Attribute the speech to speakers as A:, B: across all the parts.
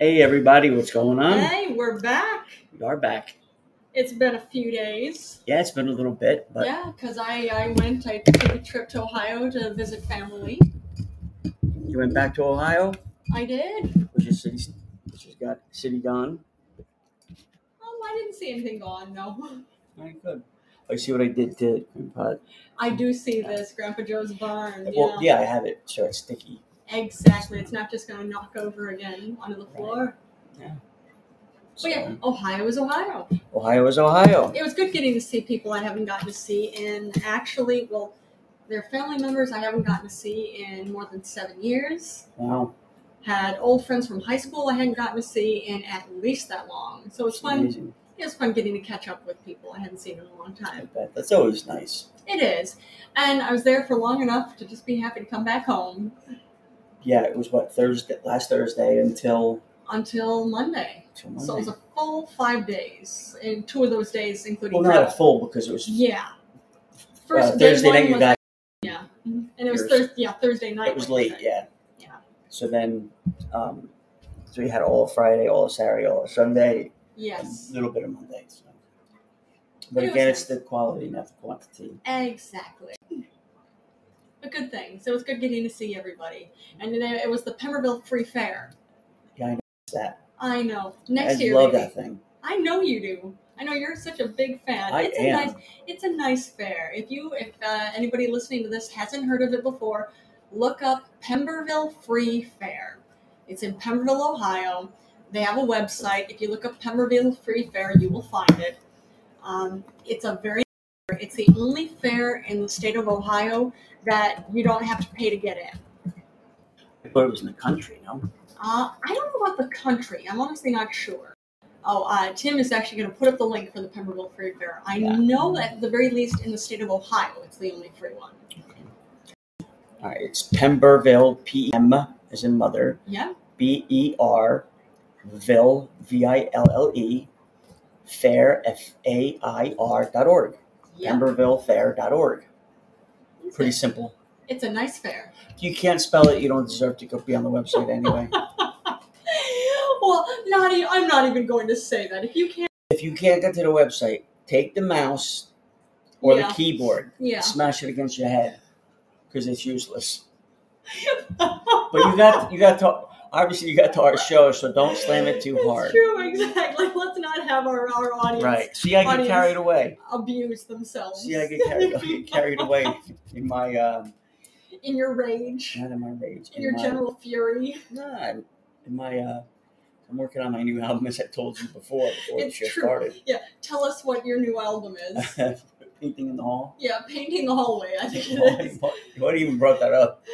A: Hey everybody, what's going on?
B: Hey, we're back.
A: We are back.
B: It's been a few days.
A: Yeah, it's been a little bit, but
B: Yeah, because I, I went, I took a trip to Ohio to visit family.
A: you went back to Ohio,
B: I did.
A: which is city, which has got city gone.
B: Um, I didn't see anything gone, no.
A: All right, good. I see what I did to Grandpa.
B: I do see this, Grandpa Joe's barn.
A: Well, yeah, I have it, so it's sticky.
B: Exactly. It's not just going to knock over again onto the floor.
A: So,
B: But Oh, yeah, Ohio is Ohio.
A: Ohio is Ohio.
B: It was good getting to see people I haven't gotten to see in actually, well, they're family members I haven't gotten to see in more than seven years.
A: Wow,
B: had old friends from high school I hadn't gotten to see in at least that long. So it's
A: it's
B: fun.
A: amazing.
B: It was fun getting to catch up with people I hadn't seen in a long
A: I
B: time.
A: bet. That's always nice.
B: It is, and I was there for long enough to just be happy to come back home
A: Yeah, it was what Thursday, last Thursday until
B: until Monday.
A: till
B: So it was
A: Monday.
B: a full five days, and two of those days including
A: Well, not a
B: travel.
A: full because it was
B: yeah.
A: uh,
B: First day
A: Thursday
B: one
A: night. You
B: was-
A: got
B: yeah, and it was
A: Thursday.
B: Thursday. Yeah, Thursday night.
A: it was
B: like I
A: late.
B: said.
A: Yeah.
B: Yeah.
A: So then, um, so we had all Friday, all Saturday, all Sunday,
B: Yes.
A: a little bit of Monday. So. But
B: It was
A: again, it's
B: nice.
A: the quality, not the quantity.
B: Exactly. But good thing. So it was good getting to see everybody. And then it was the Pemberville Free Fair.
A: Yeah, I know it's that.
B: I know. Next
A: I
B: year,
A: love
B: maybe.
A: that thing.
B: I know you do. I know you're such a big fan.
A: I
B: it's a
A: am.
B: nice it's a nice fair. If you if uh, anybody listening to this hasn't heard of it before, look up Pemberville Free Fair. It's in Pemberville, Ohio. They have a website. If you look up Pemberville Free Fair, you will find it. Um, it's a very it's the only fair in the state of Ohio that you don't have to pay to get in.
A: But it was in the country, no?
B: Uh, I don't know about the country. I'm honestly not sure. Oh, uh, Tim is actually going to put up the link for the Pemberville Free Fair. I
A: Yeah.
B: know that at the very least in the state of Ohio, it's the only free one.
A: All right, it's Pemberville, P E M as in mother,
B: Yeah,
A: B E R, Ville, V I L L E, fair, F A I R dot org.
B: yeah.
A: Pembervillefair.org.
B: It's
A: Pretty
B: a-
A: simple.
B: It's a nice fair.
A: If you can't spell it, you don't deserve to go be on the website anyway.
B: well, not e- I'm not even going to say that. If you can't,
A: if you can't get to the website, take the mouse or
B: Yeah.
A: the keyboard,
B: yeah.
A: smash it against your head because it's useless. But you got you got to obviously you got to our show, so don't slam it too
B: It's
A: hard.
B: true, exactly. Let's not have our, our audience
A: Right? See, I get
B: Audience.
A: carried away.
B: abuse themselves.
A: See, I get carried, I get carried away in my um,
B: in your rage,
A: not in my rage.
B: in your
A: my,
B: general fury.
A: nah, I'm- in my uh, I'm working on my new album as I told you before before
B: It's
A: the show
B: true.
A: started.
B: Yeah, tell us what your new album is.
A: Painting in the hall.
B: yeah, painting the hallway. I think it is.
A: What even brought that up?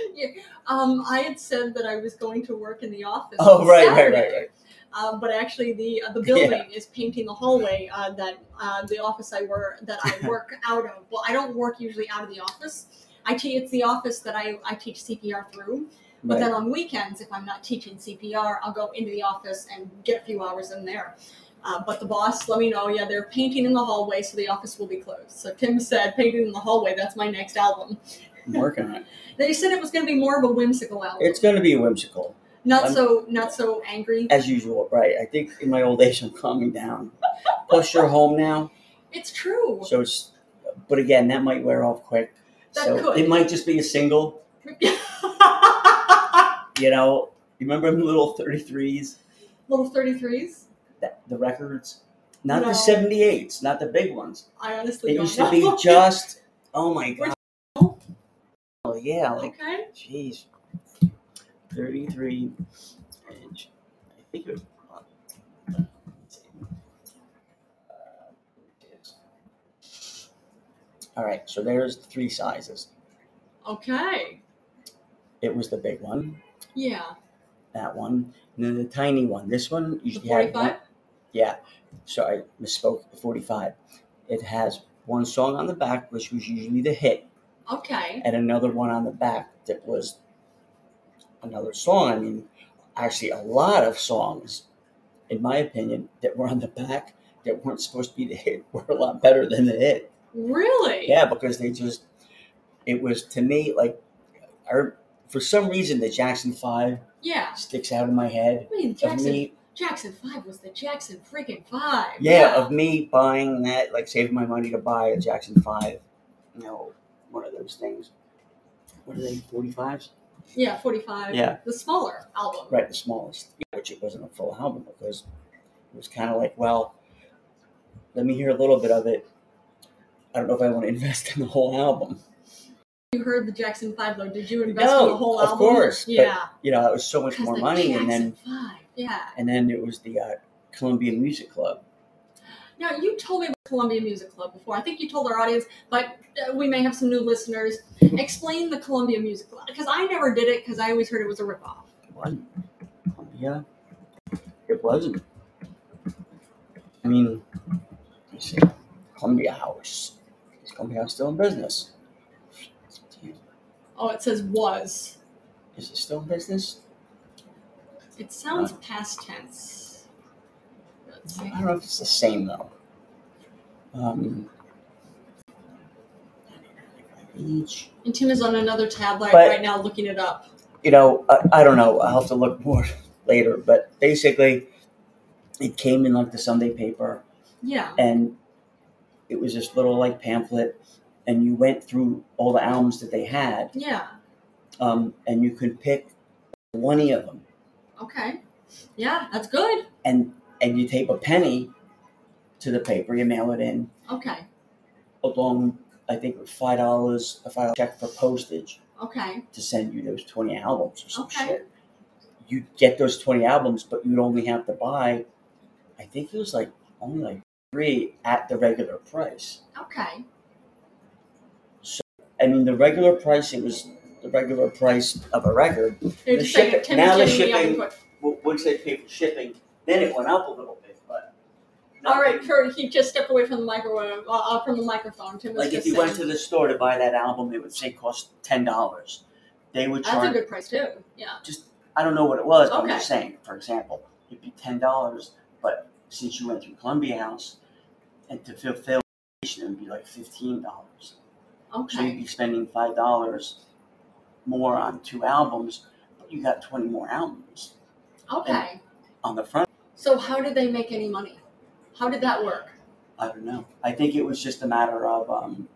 B: Um, I had said that I was going to work in the office.
A: Oh,
B: on
A: right, right,
B: Saturday,
A: right, right.
B: Uh, but actually, the uh, the building is painting the hallway uh, that uh, the office I work that I work out of. Well, I don't work usually out of the office. I te- it's the office that I, I teach CPR through. But
A: Right.
B: then on weekends, if I'm not teaching CPR, I'll go into the office and get a few hours in there. Uh, but the boss let me know, yeah, they're painting in the hallway, so the office will be closed. So Tim said, painting in the hallway, that's my next album.
A: I'm working on it.
B: They said it was going to be more of a whimsical album,
A: It's going to be whimsical,
B: not
A: I'm-
B: so not so angry.
A: as usual, right? I think in my old age, I'm calming down. Plus, you're home now,
B: It's true.
A: so it's. But again, that might wear off quick.
B: That
A: so
B: could.
A: it might just be a single. You know, you remember them little 33s,
B: Little thirty threes.
A: that, the records, not
B: No.
A: the 78s, not the big ones.
B: I honestly
A: It
B: don't
A: used to
B: know.
A: be just. Oh my
B: Were
A: god. Oh yeah, like
B: okay.
A: Jeez. 33 inch. I think it was. All right, so there's three sizes.
B: Okay.
A: It was the big one,
B: Yeah.
A: that one, and then the tiny one. This one
B: The
A: usually had one.
B: forty-five.
A: Yeah, sorry, misspoke. The 45. It has one song on the back, which was usually the hit,
B: Okay.
A: and another one on the back that was another song. I mean, actually, a lot of songs, in my opinion, that were on the back that weren't supposed to be the hit were a lot better than the hit.
B: Really?
A: Yeah, because they just, it was to me like, I, for some reason, the Jackson Five
B: Yeah.
A: sticks out in my head
B: I mean,
A: of
B: Jackson
A: me.
B: Jackson 5 was the Jackson freaking 5.
A: Yeah, of me buying that, like saving my money to buy a Jackson Five, you know, one of those things. What are they? Forty fives?
B: Yeah, 45.
A: Yeah.
B: The smaller album.
A: Right, the smallest. Which it wasn't a full album because it was kind of like, well, let me hear a little bit of it. I don't know if I want to invest in the whole album.
B: You heard the Jackson 5 though. Did you invest in
A: No,
B: the whole
A: of
B: album?
A: course, but
B: Yeah.
A: You know, it was so much
B: Because
A: more
B: the
A: money, and
B: Jackson
A: then
B: 5. Yeah.
A: and then it was the uh, Columbia Music Club.
B: Now, you told me about Columbia Music Club before. I think you told our audience, but uh, we may have some new listeners. Explain the Columbia Music Club because I never did it because I always heard it was a ripoff.
A: It wasn't Columbia. It wasn't. I mean, let me see. Columbia House. Is Columbia House still in business?
B: Oh, it says was.
A: Is it still in business?
B: It
A: Uh.
B: sounds past tense. Let's
A: I
B: see.
A: don't know if it's the same though. Um, each.
B: And Tim is on another tab like
A: But-
B: right now looking it up.
A: you know, I, I don't know. I'll have to look more later. But basically, it came in like the Sunday paper,
B: Yeah.
A: and it was this little like pamphlet, and you went through all the albums that they had,
B: Yeah.
A: um, and you could pick twenty of them,
B: Okay. Yeah, that's good.
A: and and you tape a penny to the paper, you mail it in,
B: Okay.
A: along I think with five dollars, a five dollar check for postage
B: Okay.
A: to send you those twenty albums or some
B: Okay.
A: shit. You get those twenty albums, but you'd only have to buy, I think it was like only like three at the regular price.
B: Okay.
A: I mean, the regular price it was the regular price of a record.
B: They're
A: The
B: just saying
A: shipping-
B: Tim
A: now the
B: is getting the
A: shipping-
B: input.
A: W- Once they paid for shipping, then it went up a little bit, but not
B: All right, Kurt, he just stepped away from the microwave, uh, uh, from the microphone. Tim is
A: Like if
B: just
A: you
B: saying,
A: went to the store to buy that album, it would say cost ten dollars. They would
B: That's a
A: charge.
B: good price too. Yeah.
A: I don't know what it was. But I'm
B: Okay.
A: just saying. For example, it'd be ten dollars, but since you went through Columbia House, and to fulfill, it would be like fifteen dollars. So you'd
B: Okay.
A: be spending five dollars more on two albums, but you got twenty more albums
B: Okay.
A: on the front.
B: So how did they make any money? How did that work?
A: I don't know. I think it was just a matter of um,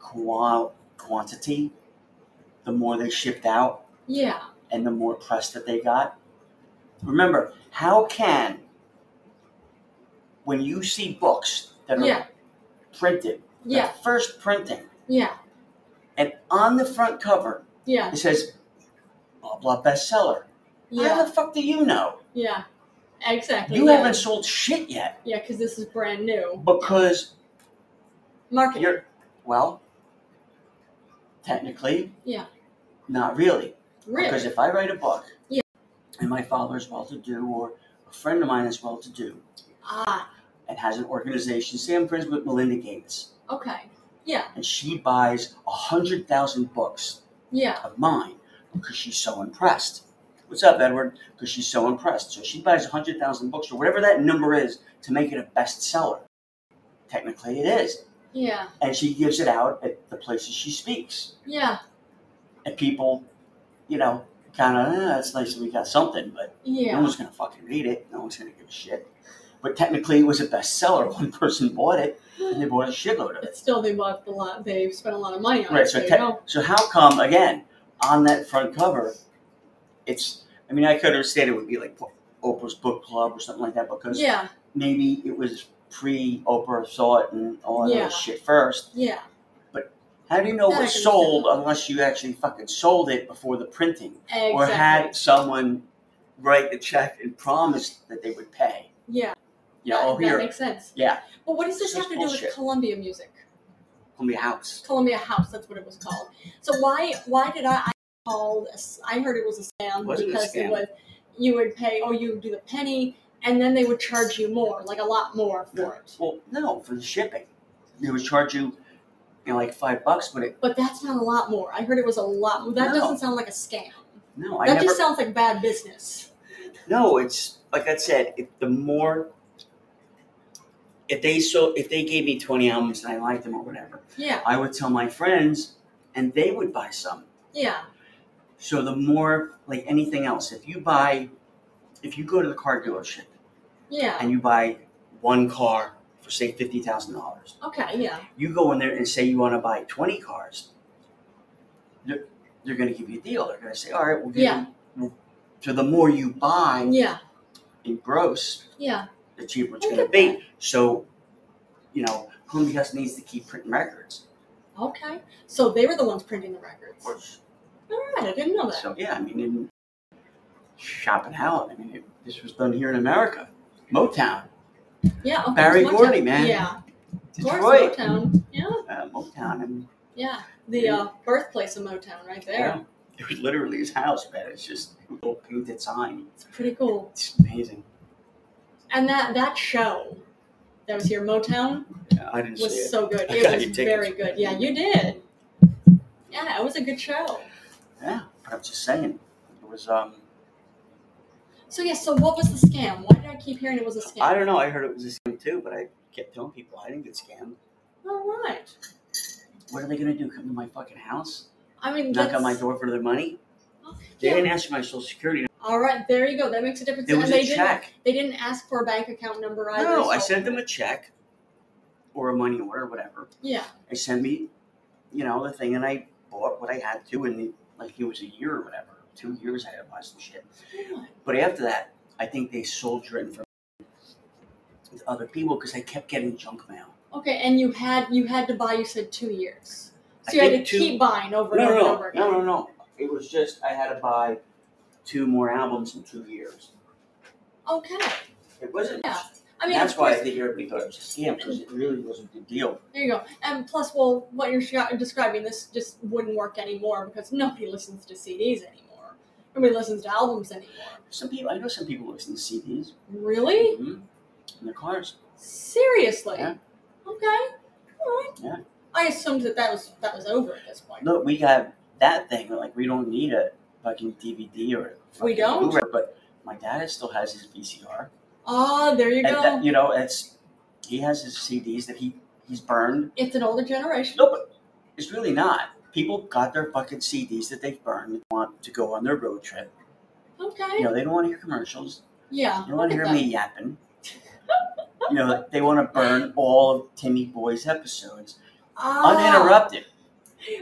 A: qua- quantity. The more they shipped out,
B: Yeah.
A: and the more press that they got. Remember, how can when you see books that are
B: Yeah.
A: printed, the
B: Yeah.
A: first printing,
B: Yeah.
A: and on the front cover
B: Yeah.
A: it says blah blah bestseller. How
B: Yeah.
A: the fuck do you know?
B: Yeah. Exactly.
A: You
B: yeah.
A: haven't sold shit yet
B: Yeah, because this is brand new.
A: because
B: Marketing.
A: you're well, technically,
B: Yeah.
A: not really. Because
B: really?
A: if I write a book,
B: Yeah.
A: and my father is well to do, or a friend of mine is well to do,
B: Ah.
A: and has an organization, say I'm friends with Melinda Gates,
B: Okay. Yeah.
A: and she buys a hundred thousand books
B: Yeah.
A: of mine because she's so impressed. What's up, Edward? Because she's so impressed. So she buys a hundred thousand books or whatever that number is to make it a bestseller. Technically, it is,
B: Yeah.
A: and she gives it out at the places she speaks,
B: Yeah.
A: and people, you know, kind of, eh, that's nice that we got something, but. No
B: Yeah.
A: one's gonna fucking read it. No one's gonna give a shit. But technically, it was a bestseller. One person bought it, and they bought a shitload of it.
B: But still, they bought a lot. They've spent a lot of money on
A: Right.
B: it.
A: So,
B: you
A: te-
B: know.
A: so how come again on that front cover? It's. I mean, I could understand it would be like Oprah's book club or something like that because
B: Yeah.
A: maybe it was pre Oprah saw it and all that
B: Yeah.
A: other shit first.
B: Yeah.
A: How do you know
B: That I
A: what's
B: can
A: sold
B: understand.
A: unless you actually fucking sold it before the printing
B: Exactly.
A: or had someone write the check and promise that they would pay?
B: yeah.
A: Yeah.
B: that,
A: Oh,
B: that
A: here.
B: makes sense.
A: Yeah.
B: But what does
A: This
B: this
A: is
B: have to do
A: bullshit.
B: with Columbia music?
A: Columbia House.
B: Columbia House. That's what it was called. So why why did I, I called? a s- I heard it was a scam
A: It wasn't a
B: because
A: scam.
B: it was you would pay. Oh, you would do the penny, and then they would charge you more, like a lot more for it.
A: Well, no, for the shipping, they would charge you, you know, like five bucks. But it
B: But that's not a lot more. I heard it was a lot. more. That
A: No.
B: doesn't sound like a scam.
A: no, I
B: that
A: never.
B: just sounds like bad business.
A: no, it's like I said. If the more, if they so if they gave me twenty albums and I liked them or whatever,
B: Yeah.
A: I would tell my friends, and they would buy some.
B: Yeah.
A: So the more like anything else, if you buy, if you go to the car dealership
B: Yeah.
A: and you buy one car for say fifty thousand dollars,
B: Okay. Yeah.
A: you go in there and say you want to buy twenty cars. They're, they're going to give you a deal. They're going to say, all right, we'll give
B: Yeah.
A: you. So the more you buy
B: Yeah.
A: in gross,
B: Yeah.
A: the cheaper it's
B: I
A: going to
B: get
A: be. So, you know, Columbia House needs to keep printing records.
B: Okay. So they were the ones printing the records. All
A: Which-
B: right. I didn't know that.
A: So yeah, I mean, in shopping out. I mean, it, this was done here in America, Motown,
B: Yeah. Okay.
A: Barry
B: it's Motown.
A: Gordy, man.
B: Yeah. Of course,
A: Detroit,
B: Motown. Yeah.
A: uh, Motown, and
B: Yeah. The uh, birthplace of Motown, right there.
A: yeah, it was literally his house, man. It's just a little painted sign.
B: It's pretty cool.
A: It's amazing.
B: And that that show that was here, Motown,
A: Yeah, I didn't see
B: was
A: it.
B: so good.
A: I
B: It
A: got
B: was
A: your tickets.
B: very good. Yeah, you did. Yeah, it was a good show.
A: Yeah, but I'm just saying, it was. Um,
B: So yeah, so what was the scam? Why did I keep hearing it was a scam?
A: I don't know. I heard it was a scam too, but I kept telling people I didn't get scammed.
B: All right.
A: What are they gonna do? Come to my fucking house?
B: I mean,
A: Knock on my
B: that's-
A: door for their money?
B: Okay,
A: They
B: yeah.
A: didn't ask for my social security.
B: All right, there you go. That makes a difference.
A: There was
B: and they
A: a check.
B: didn't. They didn't ask for a bank account number either.
A: No, I
B: so-
A: sent them a check or a money order, whatever.
B: Yeah.
A: They sent me, you know, the thing, and I bought what I had to, and like it was a year or whatever, two years I had to buy some shit.
B: Yeah.
A: But after that, I think they sold your information to other people because I kept getting junk mail.
B: Okay, and you had you had to buy. You said two years,
A: I
B: so you had to
A: think two-
B: keep buying over
A: No,
B: and
A: no,
B: over and
A: no,
B: over again.
A: no, no, no. It was just I had to buy two more albums in two years.
B: Okay.
A: It wasn't.
B: Yeah. I mean,
A: that's
B: of
A: why
B: course,
A: I think everybody thought it was a scam because it really wasn't a big deal.
B: There you go. And plus, well, what you're sh- describing, this just wouldn't work anymore because nobody listens to CDs anymore. Nobody listens to albums anymore.
A: Some people, I know some people listen to CDs.
B: Really?
A: hmm In their cars.
B: Seriously?
A: Yeah.
B: Okay. All right.
A: Yeah.
B: I assumed that that was that was over at this point.
A: Look, we got that thing. but, Like, we don't need a fucking DVD or a fucking
B: We don't?
A: Blu-ray, but my dad still has his VCR.
B: Ah, there you
A: and
B: go.
A: that, you know, it's he has his CDs that he he's burned.
B: it's an older generation.
A: No, but it's really not. People got their fucking CDs that they've burned. and Want to go on their road trip?
B: Okay.
A: You know, they don't want to hear commercials.
B: Yeah.
A: They don't want to
B: look
A: hear
B: at
A: me yapping. You know, they want to burn all of Timmy Boy's episodes
B: that. Ah,
A: uninterrupted,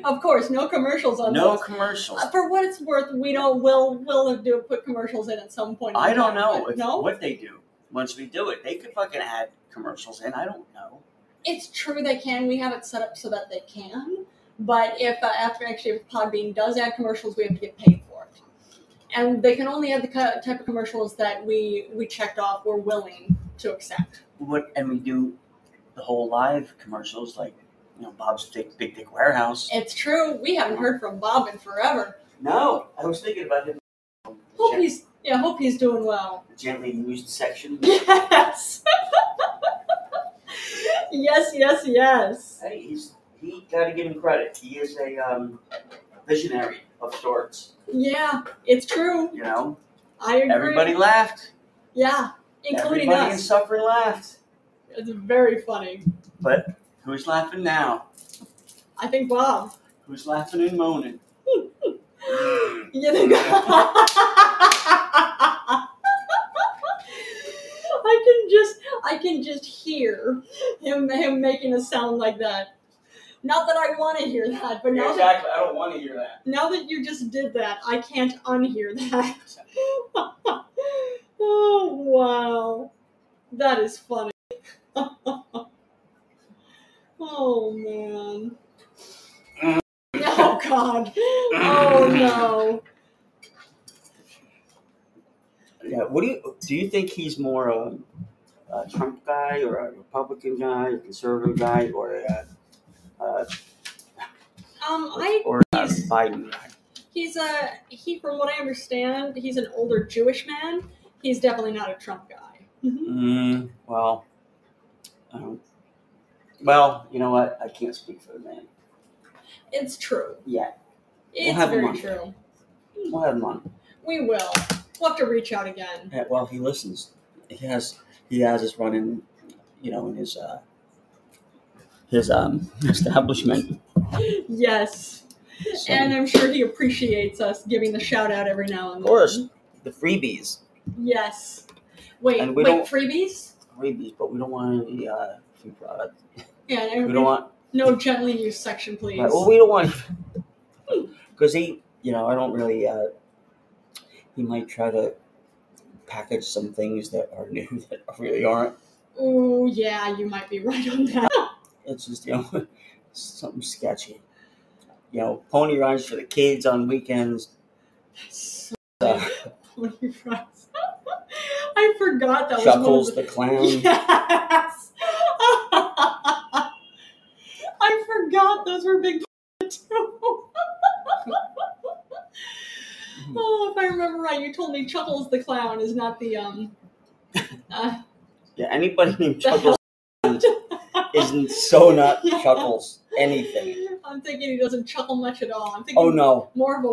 B: Of course, no commercials on
A: no
B: those.
A: commercials.
B: Uh, For what it's worth, we don't will will do put commercials in at some point. in
A: I don't
B: time,
A: know
B: but
A: if,
B: No.
A: what they do once we do it. They could fucking add commercials in. I don't know.
B: it's true they can. We have it set up so that they can. But if uh, after actually if Podbean does add commercials, we have to get paid for it, and they can only add the co- type of commercials that we we checked off. We're willing to accept.
A: What and we do the whole live commercials like you know Bob's Big Big Dick Warehouse.
B: It's true. We haven't heard from Bob in forever.
A: No, I was thinking about him.
B: Hope
A: Gen-
B: he's yeah. Hope he's doing well.
A: gently used section.
B: Yes. yes. Yes. Yes.
A: Hey, he's he got to give him credit. He is a um, visionary of sorts.
B: Yeah. It's true.
A: You know,
B: I agree.
A: everybody laughed.
B: Yeah. Including
A: everybody in
B: us.
A: suffering laughed.
B: It's very funny.
A: Who's laughing now?
B: I think Bob.
A: Who's laughing and moaning?
B: You think- I can just I can just hear him him making a sound like that. Not that I want to hear that, but now that,
A: I don't want to hear that.
B: now that you just did that, I can't unhear that. oh wow, that is funny. oh man. Oh god. Oh no.
A: Yeah. What do you do? You think he's more um, a Trump guy, or a Republican guy, a conservative guy, or a, uh,
B: Um, I
A: or a Biden guy?
B: he's a he. From what I understand, he's an older Jewish man. He's definitely not a Trump guy.
A: Mm, well, I don't. Well, you know what? I can't speak for the man.
B: It's true.
A: Yeah,
B: It's
A: have him
B: very
A: on.
B: true.
A: we'll have him on.
B: We will. We'll have to reach out again.
A: Yeah, well, he listens. He has he has his running, you know, in his uh, his um establishment.
B: Yes.
A: So,
B: and I'm sure he appreciates us giving the shout out every now and then.
A: Of course. the freebies,
B: Yes. Wait,
A: And we
B: wait,
A: don't-
B: freebies?
A: freebies, but we don't want any uh, free product.
B: Yeah, and
A: We don't want
B: no gently used section, please.
A: Right, well, we don't want because he, you know, I don't really. Uh, he might try to package some things that are new that really aren't.
B: Oh, yeah, you might be right on that.
A: It's just you know something sketchy. You know, pony rides for the kids on weekends.
B: So
A: Uh,
B: Pony fries. I forgot that
A: Chuckles
B: was
A: the
B: one
A: clown.
B: of the. Yes. I forgot those were big too.
A: Hmm.
B: oh, if I remember right, you told me Chuckles the clown is not the um. Uh,
A: Yeah, anybody named
B: The
A: Chuckles isn't so not
B: Yeah.
A: Chuckles anything.
B: I'm thinking he doesn't chuckle much at all. I'm thinking
A: Oh no,
B: more of a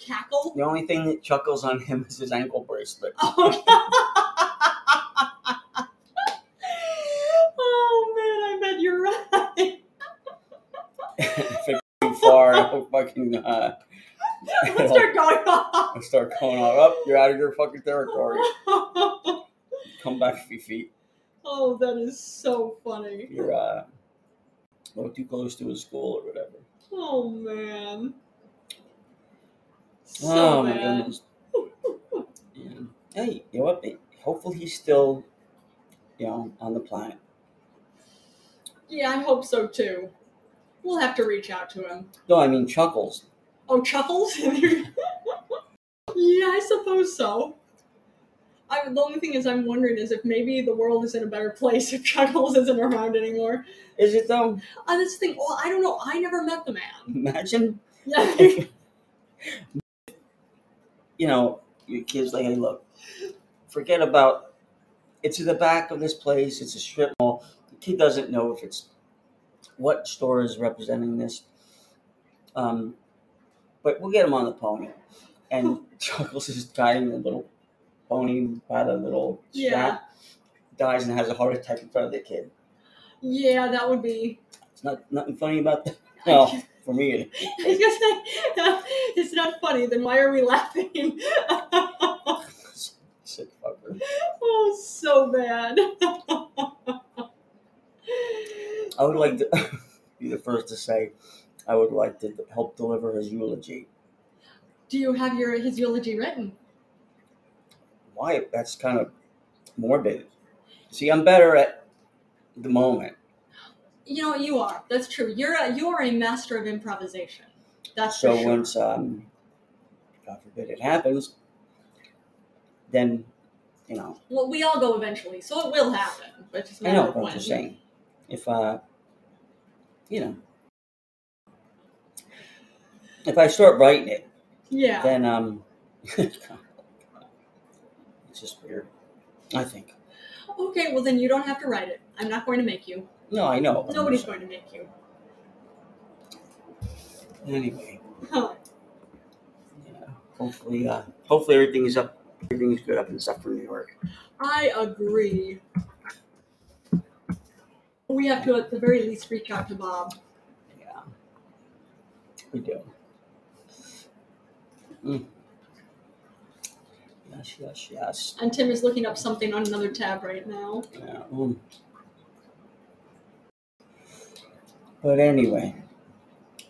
B: cackle.
A: the only thing that chuckles on him is his ankle bracelet.
B: Oh, oh man, I bet you're right.
A: if it too far, it'll fucking uh,
B: Let's start going off.
A: I start going all up. You're out of your fucking territory. Come back a few feet.
B: oh, that is so funny.
A: You're uh, a little too close to a school or whatever.
B: Oh man. So
A: oh my
B: bad.
A: goodness. yeah. Hey, you know what? Hopefully he's still, you know, on the planet.
B: Yeah, I hope so too. We'll have to reach out to him.
A: No, I mean Chuckles.
B: Oh, Chuckles? yeah, I suppose so. I, the only thing is, I'm wondering is if maybe the world is in a better place if Chuckles isn't around anymore.
A: Is it though?
B: I just think, well, I don't know. I never met the man.
A: Imagine,
B: Yeah.
A: you know, your kids like, hey, look, forget about. It's in the back of this place. It's a strip mall. The kid doesn't know if it's what store is representing this. Um, but we'll get him on the pony, and Chuckles is guiding the little pony by the little
B: Yeah.
A: strap. Dies and has a heart attack in front of the kid.
B: yeah, that would be.
A: It's not nothing funny about that. Well, for me, it
B: I was gonna say, it's not funny. Then why are we laughing?
A: sick fucker.
B: oh, so bad.
A: I would like to be the first to say, I would like to help deliver his eulogy.
B: Do you have your his eulogy written?
A: Why? That's kind of morbid. See, I'm better at the moment.
B: You know, you are. That's true. You're a, you are a master of improvisation. That's
A: So
B: for sure.
A: once, um, God forbid, it happens, then you know.
B: Well, we all go eventually, so it will happen. But just a
A: I
B: matter
A: know
B: of
A: what
B: when.
A: I'm just saying. If uh, you know, if I start writing it,
B: Yeah.
A: then um, it's just weird. I think.
B: okay. Well, then you don't have to write it. I'm not going to make you.
A: No, I know. but I'm
B: Nobody's
A: just-
B: going to make you.
A: Anyway,
B: Huh.
A: yeah. Hopefully, uh, hopefully everything's up. Everything's good up in Suffolk, New York.
B: I agree. We have to, at the very least, reach out to Bob.
A: Yeah. We do. Mm. Yes, yes, yes.
B: And Tim is looking up something on another tab right now.
A: Yeah, mm. But anyway,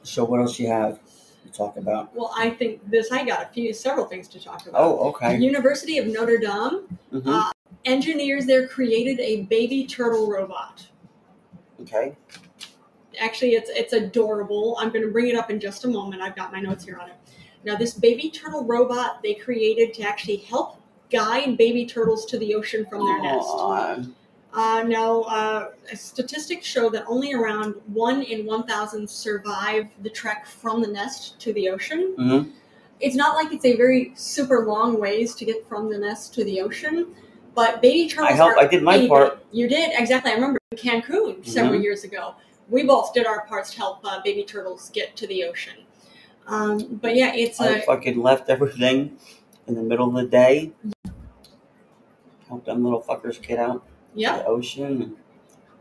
A: so what else you have to talk about?
B: Well, I think this. I got a few, several things to talk about.
A: Oh, okay.
B: University of Notre Dame
A: hmm
B: engineers there created a baby turtle robot.
A: Okay.
B: actually it's it's adorable i'm going to bring it up in just a moment i've got my notes here on it now this baby turtle robot they created to actually help guide baby turtles to the ocean from their nest
A: Aw,
B: uh, now uh, statistics show that only around 1 in 1000 survive the trek from the nest to the ocean
A: mhm.
B: it's not like it's a very super long ways to get from the nest to the ocean but baby turtles
A: I helped.
B: are
A: I did my
B: able-
A: part. Mm-hmm.
B: You did exactly. I remember in Cancun several years ago. We both did our parts to help uh, baby turtles get to the ocean. Um, but yeah, it's
A: I
B: a
A: fucking left everything in the middle of the day. Helped them little fuckers get out to
B: yeah,
A: the ocean,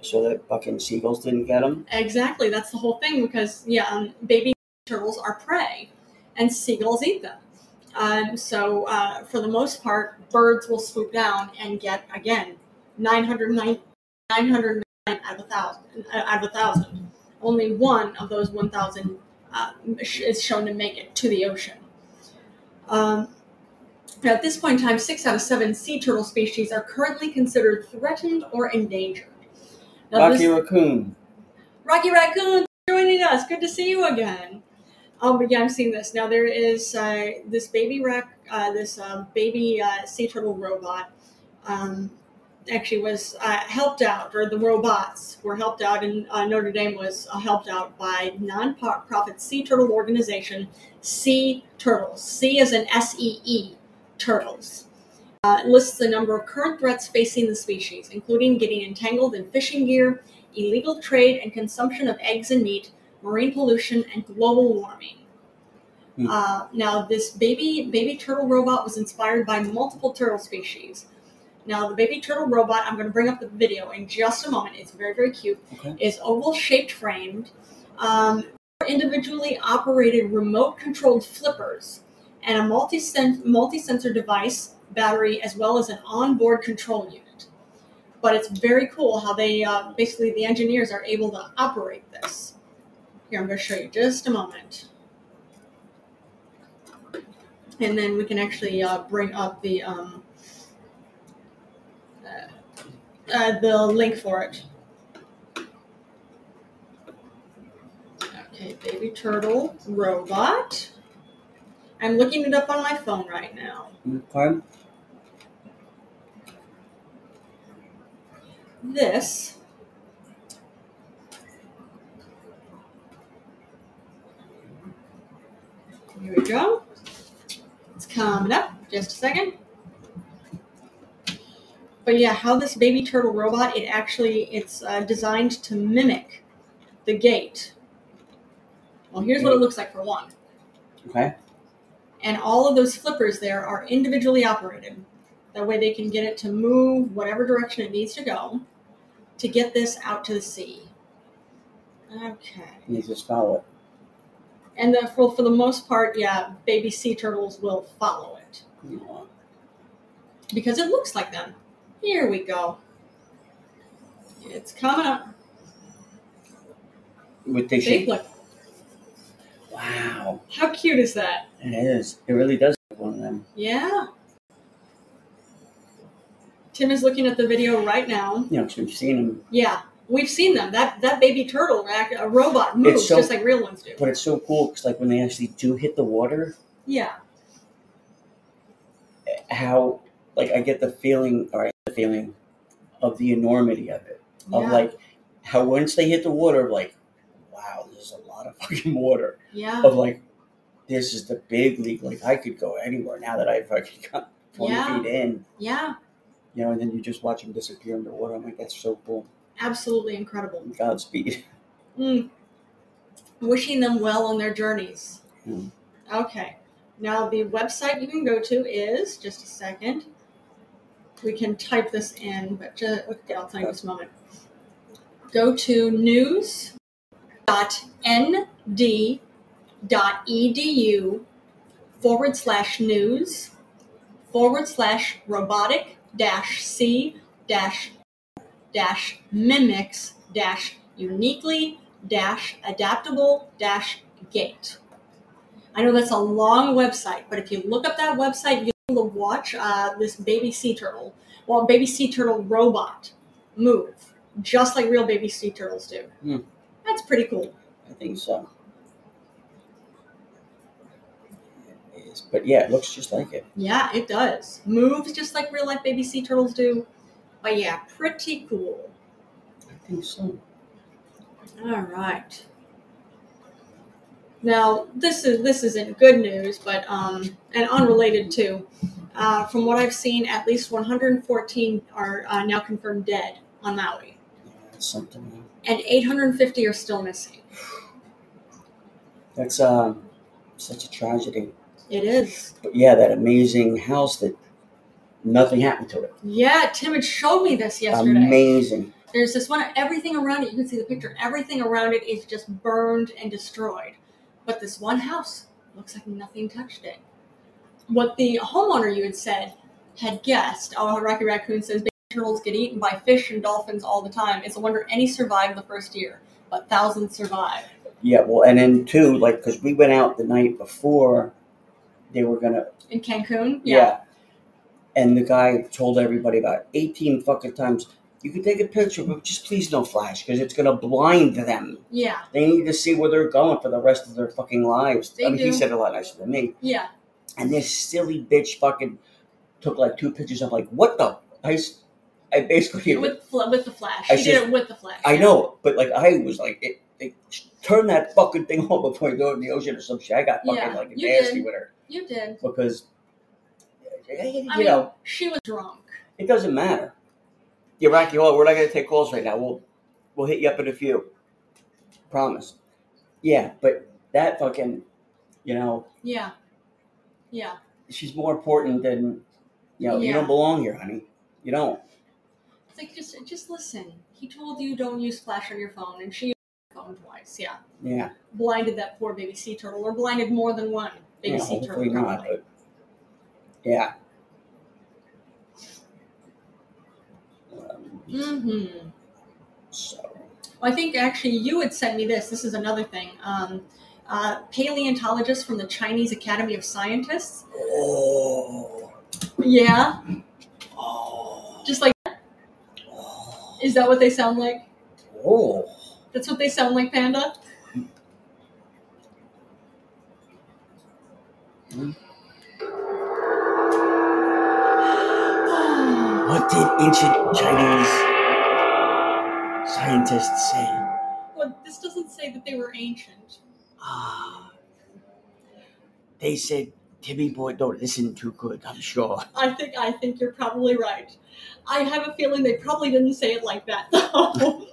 A: so that fucking seagulls didn't get them.
B: exactly. That's the whole thing because yeah, um, baby turtles are prey, and seagulls eat them. Um, so, uh, for the most part, birds will swoop down and get again 909 909 out of a thousand. uh, Out of a thousand, only one of those 1,000 uh, sh- is shown to make it to the ocean. Um, at this point in time, six out of seven sea turtle species are currently considered threatened or endangered. Now, this-
A: Rocky Raccoon.
B: Rocky Raccoon joining us. Good to see you again. Um, but yeah, I'm seeing this now. There is uh, this baby rac, uh, this uh, baby uh, sea turtle robot. Um, actually, was uh, helped out, or the robots were helped out, and uh, Notre Dame was uh, helped out by non-profit sea turtle organization Sea Turtles. C is an S E E turtles. Uh, it lists the number of current threats facing the species, including getting entangled in fishing gear, illegal trade and consumption of eggs and meat, marine pollution, and global warming.
A: Hmm.
B: Uh, now, this baby baby turtle robot was inspired by multiple turtle species. Now, the baby turtle robot, I'm going to bring up the video in just a moment. It's very very cute.
A: Okay.
B: Is oval shaped framed. Um, four individually operated remote controlled flippers and a multi sensor device battery as well as an onboard control unit but it's very cool how they uh, basically the engineers are able to operate this. Here, I'm going to show you just a moment, and then we can actually uh, bring up the um, uh, uh, the link for it. Okay, baby turtle robot. I'm looking it up on my phone right now.
A: Okay.
B: this here we go it's coming up just a second but yeah how this baby turtle robot it actually it's uh, designed to mimic the gait well here's what it looks like for one
A: Okay.
B: and all of those flippers there are individually operated. That way they can get it to move whatever direction it needs to go to get this out to the sea. Okay.
A: You just follow
B: And the, for, for the most part, yeah, baby sea turtles will follow it
A: it.
B: because it looks like them. Here we go. It's coming up.
A: What they
B: They
A: shape.
B: look.
A: Wow.
B: How cute is that?
A: It is. It really does look one of them.
B: Yeah. Tim is looking at the video right now.
A: You know, 'cause we've seen them.
B: Yeah, we've seen them. That that baby turtle, act- a robot moves
A: so-
B: just like real ones do.
A: But it's so cool because, like, when they actually do hit the water,
B: Yeah,
A: how, like, I get the feeling, or I get the feeling of the enormity of it. Of,
B: yeah,
A: like, how once they hit the water, like, wow, there's a lot of fucking water.
B: yeah,
A: of like this is the big league. Like I could go anywhere now that I fucking got twenty
B: Yeah.
A: feet in,
B: yeah.
A: you know. And then you just watch them disappear underwater. I'm like, that's so cool.
B: Absolutely incredible.
A: Godspeed.
B: Mm. Wishing them well on their journeys.
A: Mm.
B: Okay. Now the website you can go to is just a second. We can type this in, but just, okay, I'll tell you this moment. Go to news.nd.edu E forward slash news forward slash robotic dash c dash dash mimics dash uniquely dash adaptable dash gate. I know that's a long website, but if you look up that website, you'll be able to watch uh, this baby sea turtle, well, baby sea turtle robot move, just like real baby sea turtles do.
A: Hmm.
B: That's pretty cool.
A: I think so. It is. But yeah, it looks just like it.
B: Yeah, it does. Moves just like real life baby sea turtles do. But yeah, pretty cool.
A: I think so.
B: All right. Now this is this isn't good news, but um, and unrelated too. Uh, from what I've seen, at least 114 are uh, now confirmed dead on Maui,
A: Yeah, that's something.
B: and 850 are still missing.
A: That's um, such a tragedy.
B: It is.
A: But yeah, that amazing house that nothing happened to it.
B: Yeah, Tim had showed me this yesterday.
A: Amazing.
B: There's this one. Everything around it, you can see the picture. Everything around it is just burned and destroyed. But this one house looks like nothing touched it. What the homeowner you had said had guessed, oh, Rocky Raccoon says baby turtles get eaten by fish and dolphins all the time. It's a wonder any survived the first year, but thousands survived.
A: Yeah, well, and then too, like, because we went out the night before they were gonna
B: In Cancun,
A: Yeah. And the guy told everybody about it 18 fucking times. You can take a picture, but just please no flash because it's going to blind them.
B: yeah,
A: They need to see where they're going for the rest of their fucking lives.
B: They
A: I mean, he
B: do.
A: said it a lot nicer than me.
B: yeah.
A: And this silly bitch fucking took like two pictures. I'm like, what the? I, s- I basically,
B: with fl- with the flash.
A: I
B: She did
A: says-
B: it with the flash.
A: I
B: yeah.
A: know, but like I was like, it, it, turn that fucking thing on before you go in the ocean or some shit. I got fucking
B: Yeah,
A: like
B: you
A: nasty
B: did.
A: with her
B: You did.
A: because, eh, you
B: I mean,
A: know,
B: she was drunk.
A: It doesn't matter. Yeah, Rocky, well, we're not going to take calls right now. We'll we'll hit you up in a few. Promise. Yeah, but that fucking, you know,
B: Yeah. Yeah.
A: she's more important than, you know, you
B: Yeah.
A: don't belong here, honey. You don't.
B: It's like just just listen. He told you don't use flash on your phone, and she used her phone twice. Yeah.
A: Yeah.
B: Blinded that poor baby sea turtle, or blinded more than one baby
A: yeah
B: sea
A: hopefully
B: turtle.
A: not.
B: probably.
A: But yeah. Um,
B: Mm-hmm.
A: so
B: Well, I think actually you had sent me this. This is another thing. Um, uh, paleontologist from the Chinese Academy of Scientists.
A: oh,
B: Yeah.
A: oh,
B: Just like,
A: oh,
B: is that what they sound like?
A: oh.
B: That's what they sound like, Panda.
A: Hmm. What did ancient Chinese scientists say?
B: well, this doesn't say that they were ancient.
A: Ah, they said, Timmy boy, don't listen too good, I'm sure.
B: I think I think you're probably right. I have a feeling they probably didn't say it like that, though.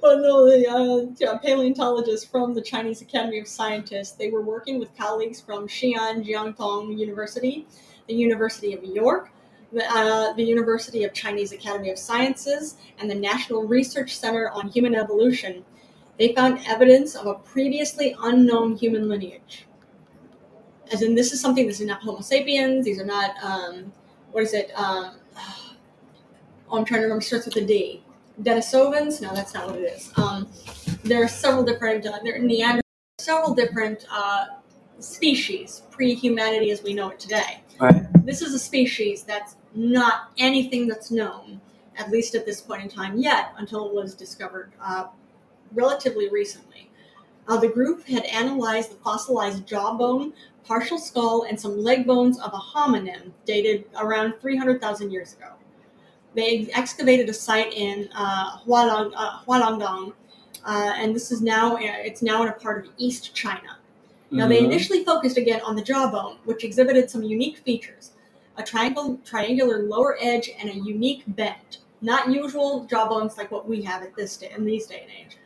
B: but no, the uh, yeah, paleontologists from the Chinese Academy of Scientists they were working with colleagues from Xi'an Jiangtong University, the University of York. The, uh, the University of Chinese Academy of Sciences and the National Research Center on Human Evolution, they found evidence of a previously unknown human lineage as in this is something this is not homo sapiens these are not um what is it um oh, i'm trying to remember starts with a d denisovans no that's not what it is um there are several different uh, there are Neander- several different uh species pre-humanity as we know it today
A: Right.
B: this is a species that's not anything that's known at least at this point in time yet until it was discovered uh, relatively recently uh, the group had analyzed the fossilized jawbone partial skull, and some leg bones of a hominin dated around 300,000 years ago. They excavated a site in uh, Hualang, uh, Hualangdong, uh, and this is now it's now in a part of East China. Now
A: Mm-hmm.
B: they initially focused again on the jawbone, which exhibited some unique features: a triangle, triangular lower edge, and a unique bend. Not usual jawbones like what we have at this day, in these day and age.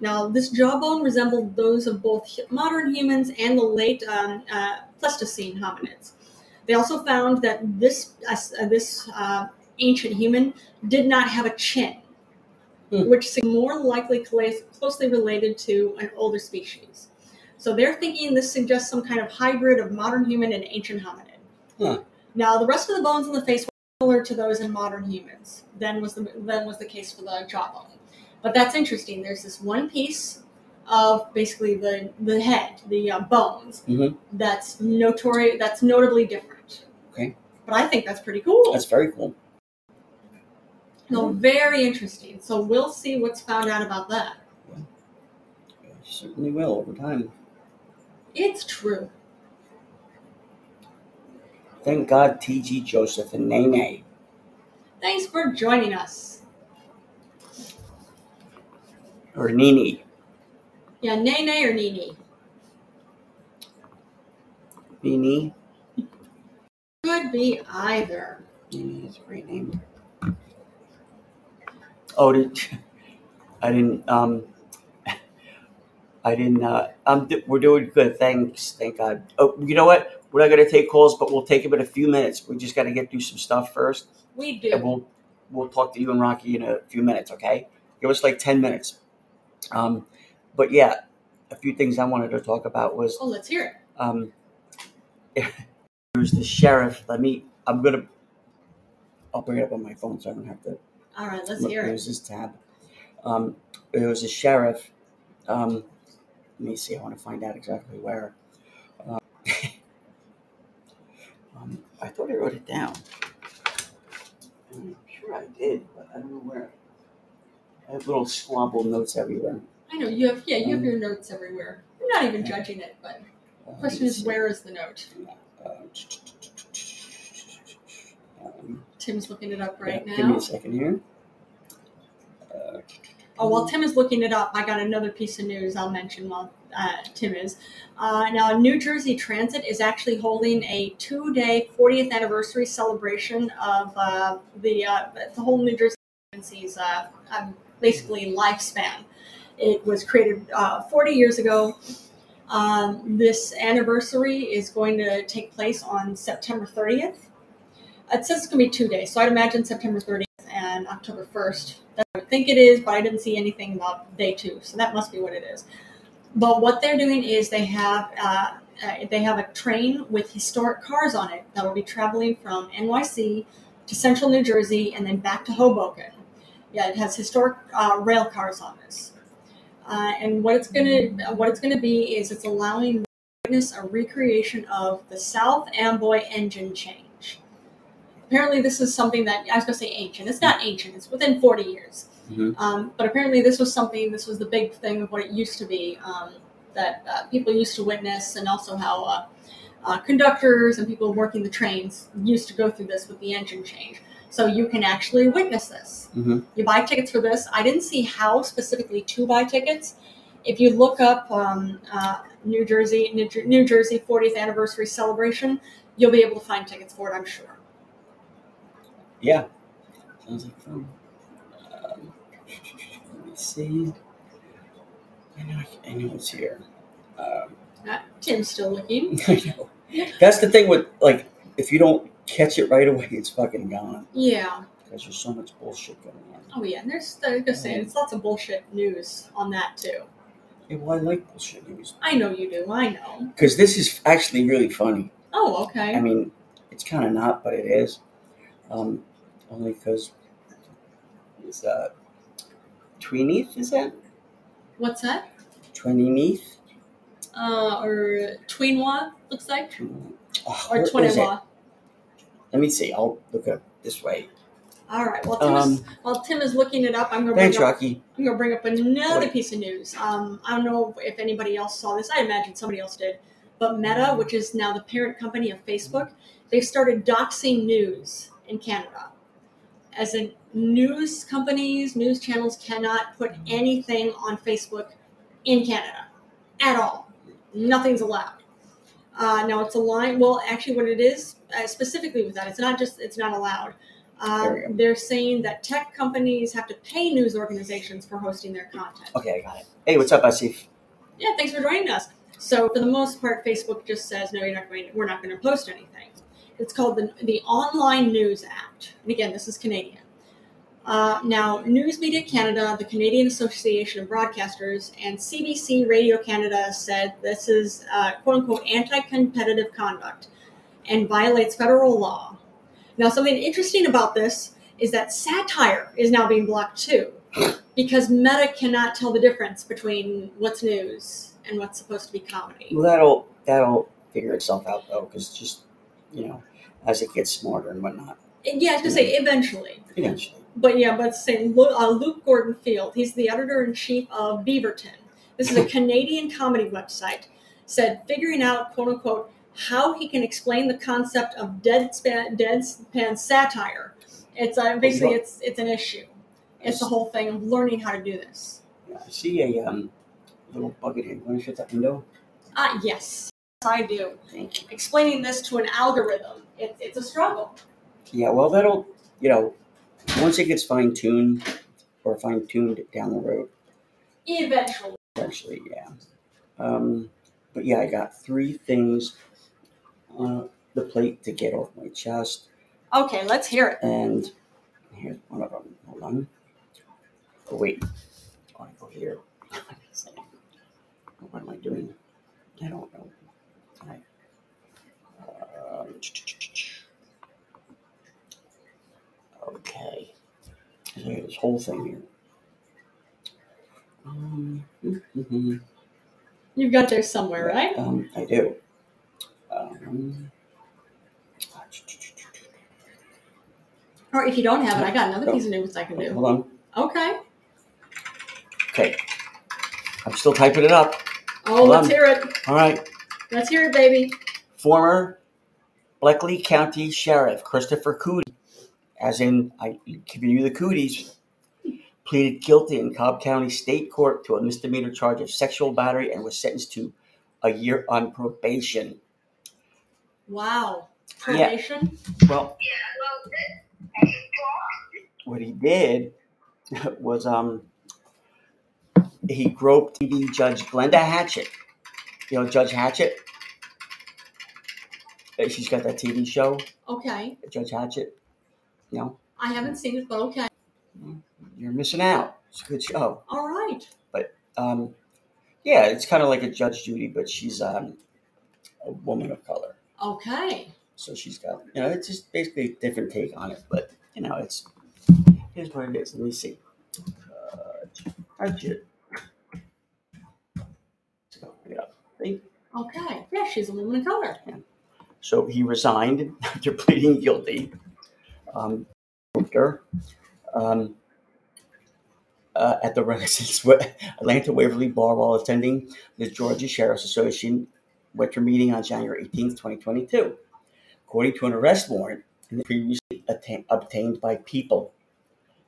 B: Now, this jawbone resembled those of both hu- modern humans and the late um, uh, Pleistocene hominids. They also found that this uh, this uh, ancient human did not have a chin,
A: Hmm.
B: which is more likely cla- closely related to an older species. So they're thinking this suggests some kind of hybrid of modern human and ancient hominid.
A: Huh.
B: Now, the rest of the bones in the face were similar to those in modern humans. Then was the then was the case for the jawbone. But that's interesting. There's this one piece of basically the the head, the uh, bones,
A: Mhm.
B: that's notori- that's notably different.
A: Okay.
B: But I think that's pretty cool.
A: That's very cool.
B: no, very interesting. So we'll see what's found out about that.
A: Certainly will over time.
B: It's true.
A: Thank God T.G. Joseph and Nene.
B: Thanks for joining us.
A: Or Nini.
B: Yeah, Nene or Nini.
A: Nini?
B: Could be either.
A: Nini is a great name. Oh, did, I didn't, um, I didn't, uh, I'm, d- we're doing good. Thanks. Thank God. Oh, you know what? We're not going to take calls, but we'll take them in a few minutes. We just got to get through some stuff first.
B: We
A: and
B: do.
A: we'll we'll talk to you and Rocky in a few minutes, okay? Give us like ten minutes. Um, but yeah, a few things I wanted to talk about was
B: Oh, let's hear it.
A: um, there's the sheriff. Let me. I'm gonna. I'll bring it up on my phone so I don't have to
B: All right, let's
A: look,
B: hear it.
A: There's this tab. Um, there was a sheriff. Um, let me see. I want to find out exactly where. Um, um, I thought I wrote it down. I'm sure I did, but I don't know where. I have little squabble notes everywhere.
B: I know you have. Yeah, you have
A: Um,
B: your notes everywhere. I'm not even judging it,
A: Uh,
B: but the
A: let
B: question
A: me
B: is,
A: see.
B: where is the note?
A: Um,
B: Tim's looking it up right
A: yeah, Give me
B: now.
A: a second here. Uh,
B: Oh, while Tim is looking it up, I got another piece of news I'll mention while uh, Tim is. Uh, now, New Jersey Transit is actually holding a two-day 40th anniversary celebration of uh, the uh, the whole New Jersey agency's uh, um, basically lifespan. It was created uh, 40 years ago. Um, this anniversary is going to take place on September 30th. It says it's going to be two days, so I'd imagine September 30th and October 1st. That's what I think it is, but I didn't see anything about day two, so that must be what it is. But what they're doing is they have uh, uh, they have a train with historic cars on it that will be traveling from NYC to Central New Jersey and then back to Hoboken. Yeah, it has historic uh, rail cars on this. Uh, and what it's gonna what it's gonna be is it's allowing witness a recreation of the South Amboy engine change apparently this is something that I was gonna say ancient. It's not ancient. It's within forty years.
A: Mhm.
B: Um, but apparently this was something. This was the big thing of what it used to be um, that uh, people used to witness, and also how uh, uh, conductors and people working the trains used to go through this with the engine change. So you can actually witness this.
A: Mhm.
B: You buy tickets for this. I didn't see how specifically to buy tickets. If you look up um, uh, New Jersey New, Jer- New Jersey 40th anniversary celebration, you'll be able to find tickets for it. I'm sure.
A: yeah. Sounds like fun. Um, let me see. I know, I know it's here. Um,
B: Uh, Tim's still looking.
A: I know. That's the thing with, like, if you don't catch it right away, it's fucking gone.
B: Yeah.
A: Because there's so much bullshit going on.
B: Oh yeah. And there's I was gonna say there's lots of bullshit news on that too.
A: Yeah, well, I like bullshit news.
B: I know you do. I know.
A: Because this is actually really funny.
B: Oh okay.
A: I mean, it's kind of not, but it is. Um, only because it's uh, Tweeneth, is that?
B: What's that?
A: Tweeneth?
B: Uh, or Tweenwa looks like,
A: Oh,
B: or
A: what is it?
B: Twenwa.
A: Let me see. I'll look up this way. Um,
B: All right. While Tim, is, while Tim is looking it up, I'm gonna bring
A: Thanks,
B: up,
A: Rocky.
B: I'm gonna bring up another
A: Wait.
B: piece of news. Um, I don't know if anybody else saw this. I imagine somebody else did. But Meta, which is now the parent company of Facebook, they've started doxing news in Canada. as in news companies, news channels cannot put anything on Facebook in Canada at all. Nothing's allowed. Uh, now it's a line. Well, actually, what it is uh, specifically with that, it's not just it's not allowed.
A: There we
B: Um, they're saying that tech companies have to pay news organizations for hosting their content.
A: Okay, I got it. Hey, what's up, Asif?
B: Yeah, thanks for joining us. So for the most part, Facebook just says no, you're not going. We're not going to post anything. It's called the the Online News Act, and again, this is Canadian. Uh, now, News Media Canada, the Canadian Association of Broadcasters, and CBC Radio Canada said this is uh, "quote unquote" anti-competitive conduct and violates federal law. Now, something interesting about this is that satire is now being blocked too because Meta cannot tell the difference between what's news and what's supposed to be comedy.
A: Well, that'll that'll figure itself out though, because just you know, as it gets smarter and whatnot,
B: And yeah, I was gonna say eventually,
A: eventually.
B: but yeah, but say Lu- uh, Luke Gordon Field, he's the editor in chief of Beaverton. This is a Canadian comedy website. Said figuring out quote unquote how he can explain the concept of deadpan deadpan satire. It's uh, basically it's it's an issue. It's the whole thing of learning how to do this.
A: Yeah, I see a um, little bucket here. Want to shut that window?
B: Ah, yes, yes, I do.
A: Thank you.
B: explaining this to an algorithm, it, it's a struggle.
A: Yeah, well, that'll you know, once it gets fine tuned or fine tuned down the road,
B: Eventually.
A: eventually, yeah. Um, but yeah, I got three things on the plate to get off my chest.
B: Okay, let's hear it.
A: And here's one of them. Hold Oh, on. Oh, wait. I want to go here. Hold What am I doing? I don't know. I, um, okay. I got this whole thing here. Um, mhm.
B: You've got there somewhere, right?
A: Um, I do. Um,
B: Or if you don't have it, I got another piece of news I can do.
A: hold on.
B: Okay.
A: Okay. I'm still typing it up.
B: Oh, let's
A: on.
B: hear it.
A: All right.
B: Let's hear it, baby.
A: former Bleckley County Sheriff Christopher Cootie, as in I giving you the cooties, pleaded guilty in Cobb County State Court to a misdemeanor charge of sexual battery and was sentenced to a year on probation.
B: Wow. Probation.
A: Well, what he did was um he groped TV Judge Glenda Hatchett. You know Judge Hatchett. Uh, She's got that TV show,
B: Okay.
A: Judge Hatchett. You know,
B: I haven't seen it, but okay.
A: you're missing out. It's a good show.
B: All right.
A: um, yeah, it's kind of like a Judge Judy, but she's um, a woman of color,
B: Okay.
A: so she's got you know it's just basically a different take on it. But you know, it's here's what it is. Let me see. Uh, Hatchet. Let's go bring it up. See?
B: Okay. Yeah, she's a woman of color.
A: So he resigned after pleading guilty. Um, after, um, uh, at the Renaissance Wa- Atlanta Waverly Bar while attending the Georgia Sheriff's Association winter meeting on January 18, 2022, according to an arrest warrant and previously atta- obtained by People.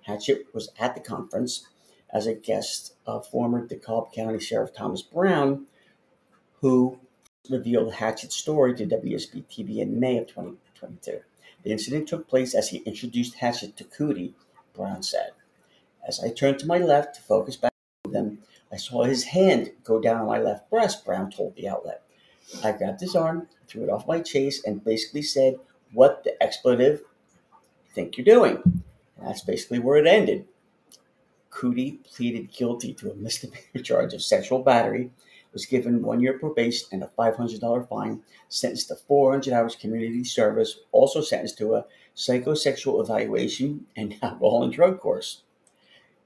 A: Hatchett was at the conference as a guest of former DeKalb County Sheriff Thomas Brown, who revealed Hatchett's story to WSB TV in May of 2022. The incident took place as he introduced Hatchett to Cootie, Brown said. As I turned to my left to focus back on them, I saw his hand go down on my left breast, Brown told the outlet. I grabbed his arm, threw it off my chase, and basically said, What the expletive think you're doing? And that's basically where it ended. Cootie pleaded guilty to a misdemeanor charge of sexual battery, was given one year probation and a $500 fine, sentenced to 400 hours community service, also sentenced to a psychosexual evaluation and alcohol and drug course.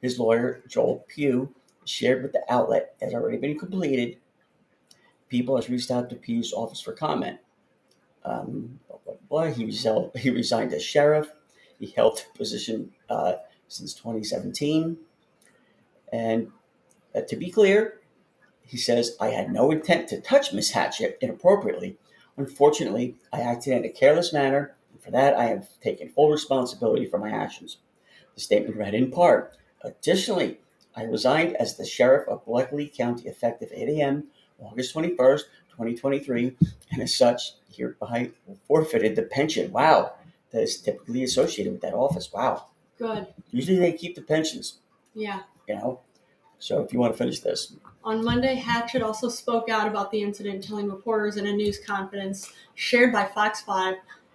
A: His lawyer, Joel Pugh, shared with the outlet has already been completed. People has reached out to Pugh's office for comment. Um, blah, blah, blah. He, resel- he resigned as sheriff. He held the position uh, since 2017. And uh, to be clear, he says, I had no intent to touch Miss Hatchett inappropriately. Unfortunately, I acted in a careless manner, and for that, I have taken full responsibility for my actions. The statement read in part Additionally, I resigned as the sheriff of Bleckley County effective 8 a.m. August 21st, 2023, and as such, hereby forfeited the pension. Wow, that is typically associated with that office. Wow.
B: Good.
A: Usually they keep the pensions,
B: Yeah.
A: you know? So if you want to finish this,
B: On Monday, Hatchett also spoke out about the incident, telling reporters in a news conference shared by Fox 5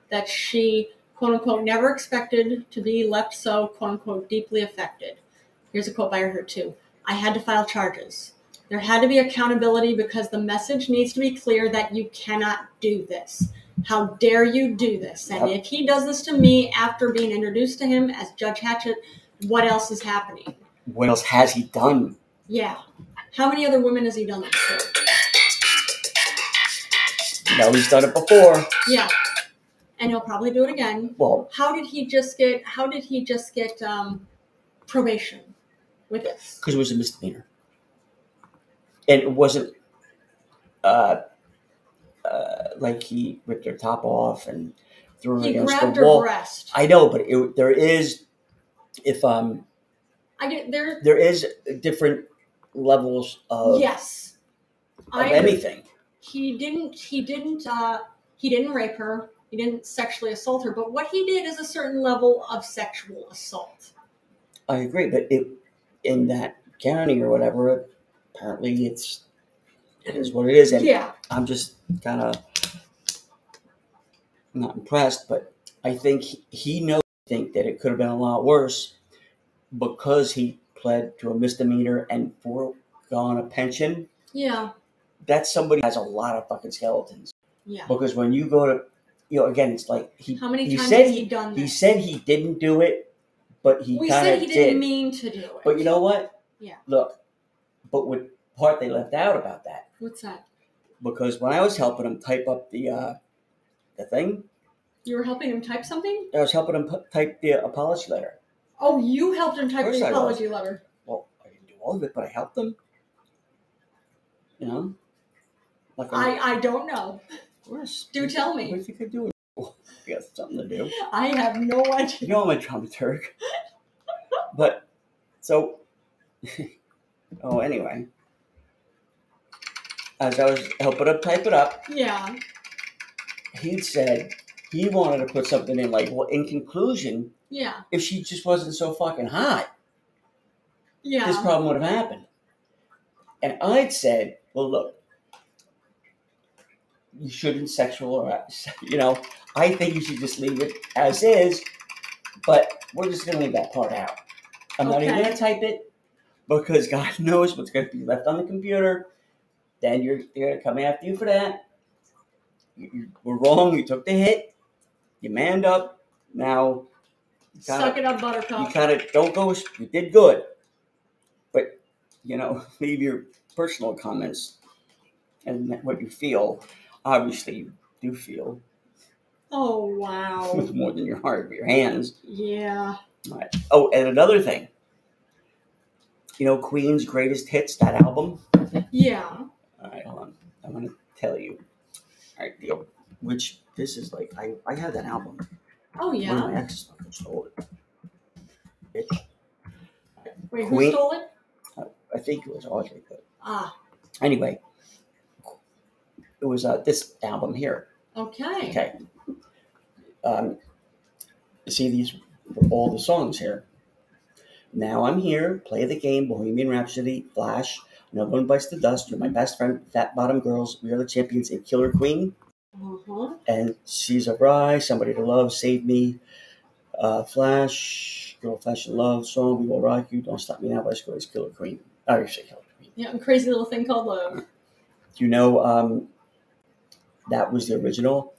B: that she, quote unquote, never expected to be left so, quote unquote, deeply affected. Here's a quote by her, too I had to file charges. There had to be accountability because the message needs to be clear that you cannot do this. How dare you do this? And if he does this to me after being introduced to him as Judge Hatchett, what else is happening?
A: what else has he done?
B: Yeah. How many other women has he done this to?
A: No, he's done it before.
B: Yeah. And he'll probably do it again.
A: Well,
B: How did he just get how did he just get um probation with this?
A: because it was a misdemeanor. And it wasn't uh, uh, like he ripped her top off and threw her
B: He
A: against
B: grabbed
A: Oh the
B: her
A: wall.
B: breast.
A: I know, but it, there is if um
B: I get there
A: there is different levels of,
B: yes.
A: of
B: I
A: anything.
B: he didn't he didn't uh he didn't rape her. He didn't sexually assault her, but what he did is a certain level of sexual assault.
A: I agree, but it in that county or whatever, apparently it's it is what it is, and
B: Yeah.
A: I'm just kind of not impressed. But I think he, he knows think that it could have been a lot worse because he pled to a misdemeanor and foregone a pension.
B: Yeah.
A: that's somebody who has a lot of fucking skeletons.
B: Yeah.
A: Because when you go to, you know, again, it's like he
B: How many
A: he
B: times
A: said
B: has he done
A: he
B: this?
A: said he didn't do it, but he
B: we
A: kind
B: said
A: of
B: he
A: did.
B: didn't mean to do it.
A: but you know what?
B: Yeah.
A: Look, but what part they left out about that?
B: what's that?
A: Because when I was helping him type up the uh, the thing,
B: You were helping him type something?
A: I was helping him pu- type the apology letter.
B: Oh, you helped him type
A: Of course
B: the
A: I was.
B: apology letter.
A: Well, I didn't do all of it, but I helped him. You know, like I'm-
B: I, I don't
A: of
B: know.
A: course.
B: Do tell me.
A: What do you could do? You got something to do.
B: I have no
A: You
B: idea.
A: know I'm a dramaturg. but so oh anyway. As I was helping him type it up,
B: Yeah.
A: he said he wanted to put something in like, well, in conclusion,
B: Yeah.
A: if she just wasn't so fucking hot,
B: Yeah.
A: this problem would have happened. And I'd said, well, look, you shouldn't sexual or, you know, I think you should just leave it as is, but we're just going to leave that part out. I'm not even
B: Okay.
A: going to type it because God knows what's going to be left on the computer. Then you're, they're going to come after you for that. You, you were wrong. You took the hit. You manned up. Now gotta-
B: Suck it up,
A: you
B: Buttercup.
A: kind of don't go. You did good, but you know, leave your personal comments and what you feel. Obviously, you do feel
B: Oh, wow.
A: with more than your heart, with your hands.
B: yeah.
A: Right. Oh, and another thing, you know, Queen's greatest hits that album.
B: Yeah.
A: All right, hold on. I want to tell you. All right, deal. Which this is like I I had that album.
B: Oh,
A: One of
B: yeah.
A: my exes fucking stole it. Bitch.
B: Wait, who
A: Queen-
B: stole it?
A: I think it was Audrey, but
B: Ah,
A: anyway, it was uh, this album here.
B: okay.
A: Okay. Um, you see these were all the songs here. Now I'm here. Play the game. Bohemian Rhapsody. Flash. No one bites the dust. You're my best friend. Fat Bottom Girls. We are the champions. And Killer Queen.
B: Uh-huh.
A: And she's a Rye. Somebody to love. Save me. Uh, Flash. Girl, Flash and Love song. We will rock you. Don't stop me now. By Scorpions. Killer Queen. I already said Killer Queen.
B: Yeah, and crazy little thing called love.
A: Do you know um, that was the original?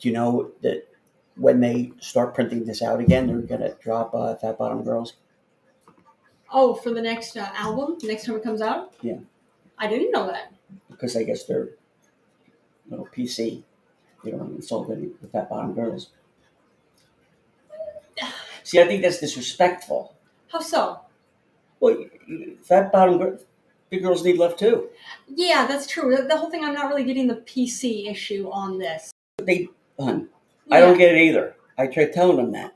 A: Do you know that when they start printing this out again, they're going to drop uh, Fat Bottom Girls?
B: Oh, for the next uh, album, next time it comes out?
A: Yeah.
B: I didn't know that.
A: Because I guess they're you know, PC. They don't want to insult any the Fat Bottom Girls. See, I think that's disrespectful.
B: How so?
A: Well, you- you- Fat Bottom Girls, the girls need love too.
B: Yeah, that's true. The, the whole thing, I'm not really getting the PC issue on this.
A: Hun, I don't
B: Yeah.
A: get it either. I tried telling them that.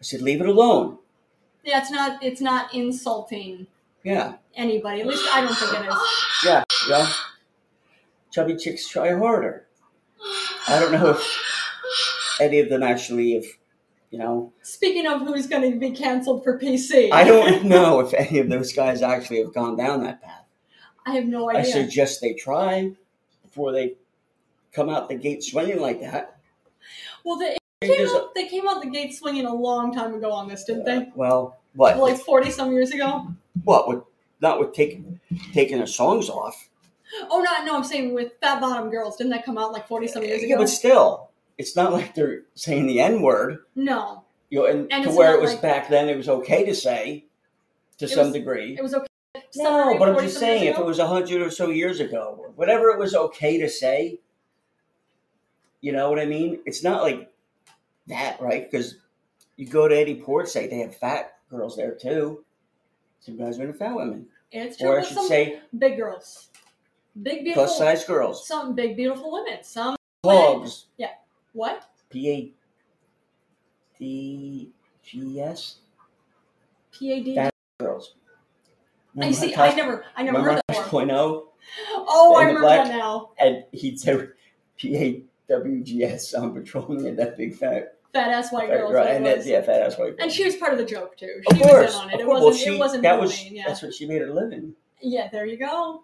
A: I said, leave it alone.
B: Yeah, it's not. It's not insulting
A: Yeah,
B: anybody. At least I don't think it is.
A: yeah, yeah. Chubby chicks try harder. I don't know if any of them actually have, you know,
B: Speaking of who's going to be canceled for PC,
A: I don't know if any of those guys actually have gone down that path.
B: I have no
A: I
B: idea.
A: suggest they try before they come out the gate swinging like that.
B: well, they,
A: I
B: they
A: think
B: came
A: there's a-
B: out. They came out the gate swinging a long time ago on this, didn't
A: Uh, well, what?
B: they? Like forty some years ago.
A: what? With, not with taking taking their songs off.
B: Oh no, no, I'm saying with Fat Bottom Girls. Didn't that come out like forty some years
A: Yeah,
B: ago?
A: but still, it's not like they're saying the N word.
B: no,
A: You know, and,
B: And
A: to
B: it's
A: where
B: not
A: it was
B: like-
A: back then, it was okay to say to
B: It
A: some
B: was-
A: degree.
B: it was okay.
A: No, but I'm
B: 40
A: just
B: some years
A: saying, if
B: ago?
A: it was a hundred or so years ago, whatever it was okay to say, you know what I mean? It's not like that, right? Because you go to any port, say they have fat girls there too. Some guys are into fat women,
B: it's true.
A: or I
B: but
A: should
B: some
A: say
B: big girls, big beautiful,
A: plus size girls,
B: some big beautiful women, some
A: hogs,
B: what?
A: P A D G S
B: PAD.
A: That- girls.
B: I see. I never, I never
A: remember
B: heard that
A: Hot
B: one.
A: Tosh 2.0?
B: Oh, I
A: And the
B: remember
A: black-
B: that now.
A: and he'd say P A W G S on patrolling and that big fat
B: Fat ass white
A: Right,
B: girls.
A: right,
B: what it
A: and
B: was.
A: that, yeah, fat ass white girl.
B: And she was part of the joke too.
A: of
B: She
A: course,
B: was in on it.
A: of
B: It
A: course.
B: wasn't.
A: Well, she,
B: it wasn't
A: that
B: bullying.
A: was
B: yeah.
A: that's what she made her living.
B: Yeah. There you go.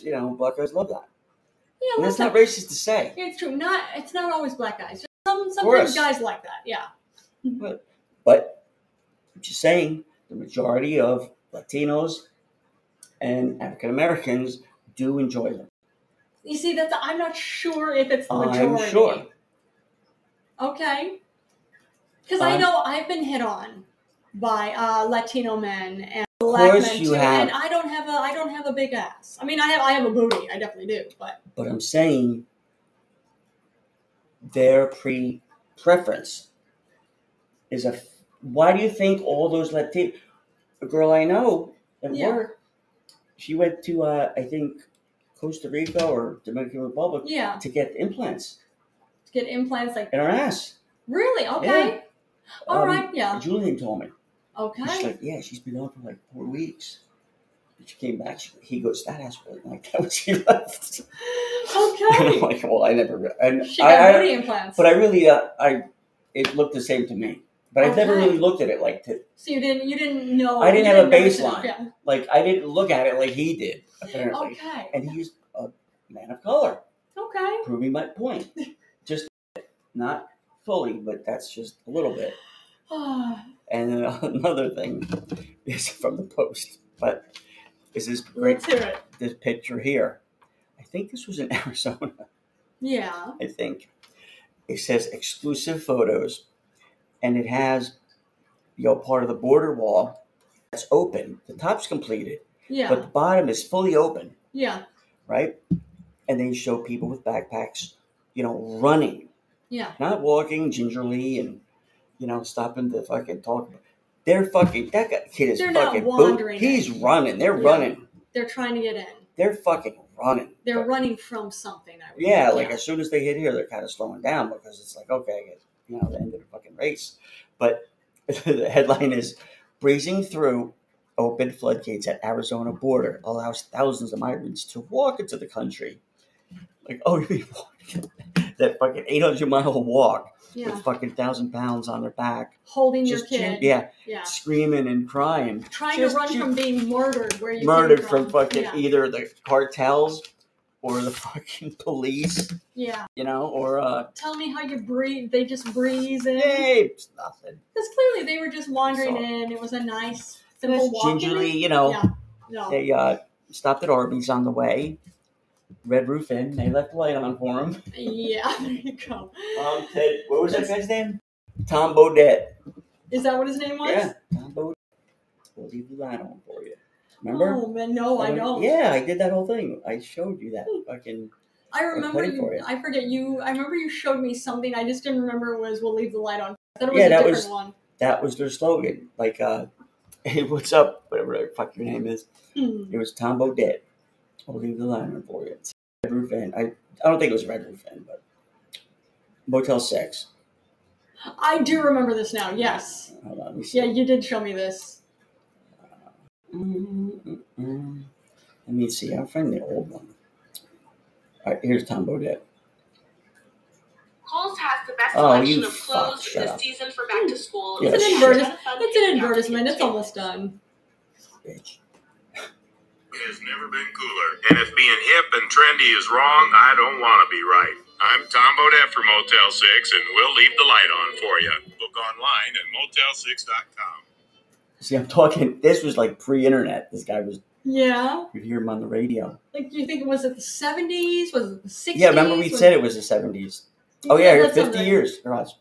A: You know, black guys love that.
B: Yeah.
A: And
B: That's
A: that's not racist to say.
B: It's true. Not. It's not always black guys. Just Some
A: course.
B: sometimes guys like that. Yeah.
A: But I'm just saying, the majority of Latinos and African Americans do enjoy them.
B: You see, that's I'm not sure if it's the
A: I'm
B: majority.
A: sure.
B: Okay. Because I
A: I'm-
B: know I've been hit on by uh, Latino men and
A: course
B: black men
A: you
B: too,
A: have.
B: and I don't have a I don't have a big ass. I mean, I have I have a booty, I definitely do, but
A: But I'm saying their pre preference is a. Why do you think all those Latin? A girl I know at
B: Yeah.
A: work, she went to uh, I think Costa Rica or Dominican Republic
B: yeah,
A: to get implants
B: to get implants like
A: in her ass.
B: really okay, all
A: Um,
B: right, yeah,
A: Julian told me. And She's
B: okay,
A: like, yeah, she's been on for like four weeks. And she came back. She, he goes, that ass really like that when she left. And I'm
B: okay.
A: like, well, I never. Re-. And
B: She
A: I,
B: got
A: I-
B: booty implants.
A: but I really, uh, I it looked the same to me. But I've never
B: Okay.
A: really looked at it like to,
B: so you didn't you didn't know
A: I didn't
B: you
A: have a
B: notice it.
A: baseline.
B: Yeah.
A: like I didn't look at it like he did apparently.
B: Okay.
A: And he's a man of color,
B: Okay.
A: proving my point. Just not fully, but that's just a little bit.
B: Ah,
A: And then another thing is from the post, but is this great
B: Let's hear it.
A: this picture here. I think this was in Arizona,
B: Yeah.
A: I think. It says exclusive photos, and it has, you know, part of the border wall that's open. The top's completed,
B: Yeah.
A: but the bottom is fully open,
B: yeah.
A: right? And they show people with backpacks, you know, running,
B: Yeah.
A: not walking gingerly and, you know, stopping to fucking talk. They're fucking, that guy, kid is
B: They're not
A: fucking,
B: wandering.
A: he's running. They're
B: Yeah.
A: running.
B: They're trying to get in.
A: They're fucking running.
B: They're running from something. I would
A: Yeah,
B: think.
A: like as soon as they hit here, they're kind of slowing down because it's like, okay, I guess, you know, the end of the fucking race. But the headline is Breezing Through Open Floodgates at Arizona Border Allows Thousands of Migrants to Walk into the Country. Like, oh, you're walking that fucking 800 mile walk
B: yeah.
A: with fucking thousand pounds on their back.
B: holding
A: Just,
B: your
A: chant-
B: kid.
A: yeah,
B: Yeah.
A: screaming and crying.
B: Trying
A: Just
B: to run
A: you-
B: from being murdered where you came
A: Murdered from fucking E-
B: yeah.
A: either the cartels or the fucking police,
B: yeah.
A: you know, or, uh,
B: Tell me how you breathe. They just breeze in. Because
A: Yay, it's nothing.
B: clearly they were just wandering
A: So-
B: in. It was a nice, simple
A: Just
B: walk.
A: gingerly, you know,
B: Yeah. No.
A: they uh, stopped at Arby's on the way. Red Roof Inn. They left the light on for him.
B: Yeah. There you go.
A: Um, Ted, what was that guy's name? Tom Baudet.
B: Is that what his name was?
A: Yeah, Tom Baudet. We'll leave the light on for you. Remember?
B: Oh man, no, I Hmm.
A: Um,
B: don't.
A: Yeah, I did that whole thing. I showed you that fucking.
B: I remember
A: played
B: you,
A: for you.
B: I forget you. I remember you showed me something. I just didn't remember it was "We'll leave the light on." I thought it was
A: Yeah,
B: a
A: that
B: different
A: was-
B: one.
A: That was their slogan. Like, uh, hey, what's up? Whatever the fuck your name is.
B: Hmm.
A: It was Tom Baudet. I'll leave the line for you. Red Roof Inn. I, I don't think it was Red Roof Inn, but Motel 6.
B: I do remember this now. Yes.
A: Hold on. Let me see.
B: Yeah, you did show me this.
A: Mm-mm-mm. Mm-hmm. Let me see. I'll find the old one. All right, here's Tom Baudet.
C: Kohl's has the best
A: Oh, you
C: selection of
A: fuck,
C: clothes
A: shut
C: this
A: up.
C: season for back to school.
A: Yeah,
C: It's
A: shut
C: an
A: up.
C: advertisement.
B: It's an advertisement. It's almost done.
A: Bitch.
D: It has never been cooler. And if being hip and trendy is wrong, I don't want to be right. I'm Tom Bodette from Motel 6, and we'll leave the light on for you. Book online at motel6.com.
A: See, I'm talking. This was like pre-internet. This guy was.
B: Yeah.
A: You'd hear him on the radio.
B: Like you think was it the seventies? Was it the sixties?
A: Yeah, remember we said it was the 70s. Oh yeah, here, 50 years. Here, watch.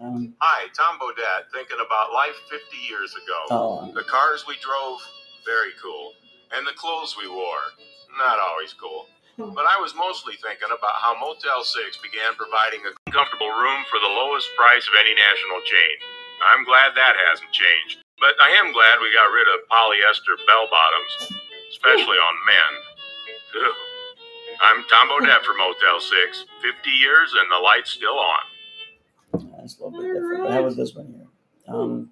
A: Um,
D: Hi, Tom Bodette, thinking about life 50 years ago.
A: oh,
D: The cars we drove, very cool. And the clothes we wore, not always cool.
A: Hmm.
D: But I was mostly thinking about how Motel 6 began providing a comfortable room for the lowest price of any national chain. I'm glad that hasn't changed. But I am glad we got rid of polyester bell bottoms, especially on men. Ew. I'm Tom Bodette from Motel 6, 50 years and the light's still on.
A: that's a little bit different. But that was this one here. Um,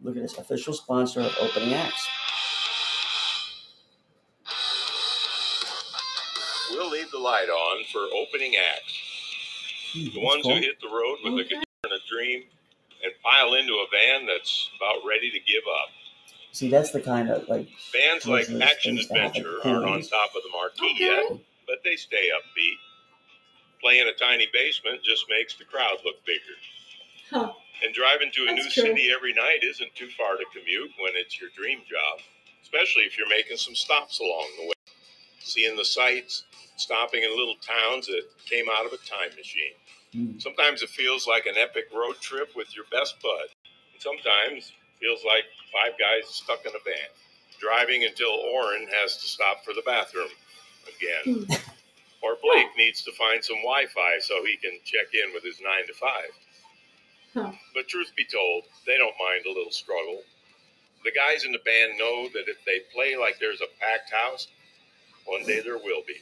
A: look at this official sponsor of Opening Acts.
D: We'll leave the light on for opening acts.
A: Hmm,
D: The
A: that's
D: ones
A: cool.
D: who hit the road with
B: Okay.
D: a guitar and a dream and pile into a van that's about ready to give up.
A: See, that's the kind of like.
D: Bands like
A: Those are
D: Action
A: things that happen
D: Adventure aren't on
A: always.
D: top of the marquee
B: Okay.
D: yet, but they stay upbeat. Playing a tiny basement just makes the crowd look bigger.
B: Huh.
D: And driving to a
B: That's
D: new
B: true.
D: city every night isn't too far to commute when it's your dream job, especially if you're making some stops along the way. seeing the sights, stopping in little towns that came out of a time machine.
A: Mm.
D: Sometimes it feels like an epic road trip with your best bud. And sometimes it feels like five guys stuck in a van, driving until Orrin has to stop for the bathroom again. or Blake needs to find some Wi Fi so he can check in with his nine to five.
B: Huh.
D: But truth be told, they don't mind a little struggle. The guys in the band know that if they play like there's a packed house, one day there will be.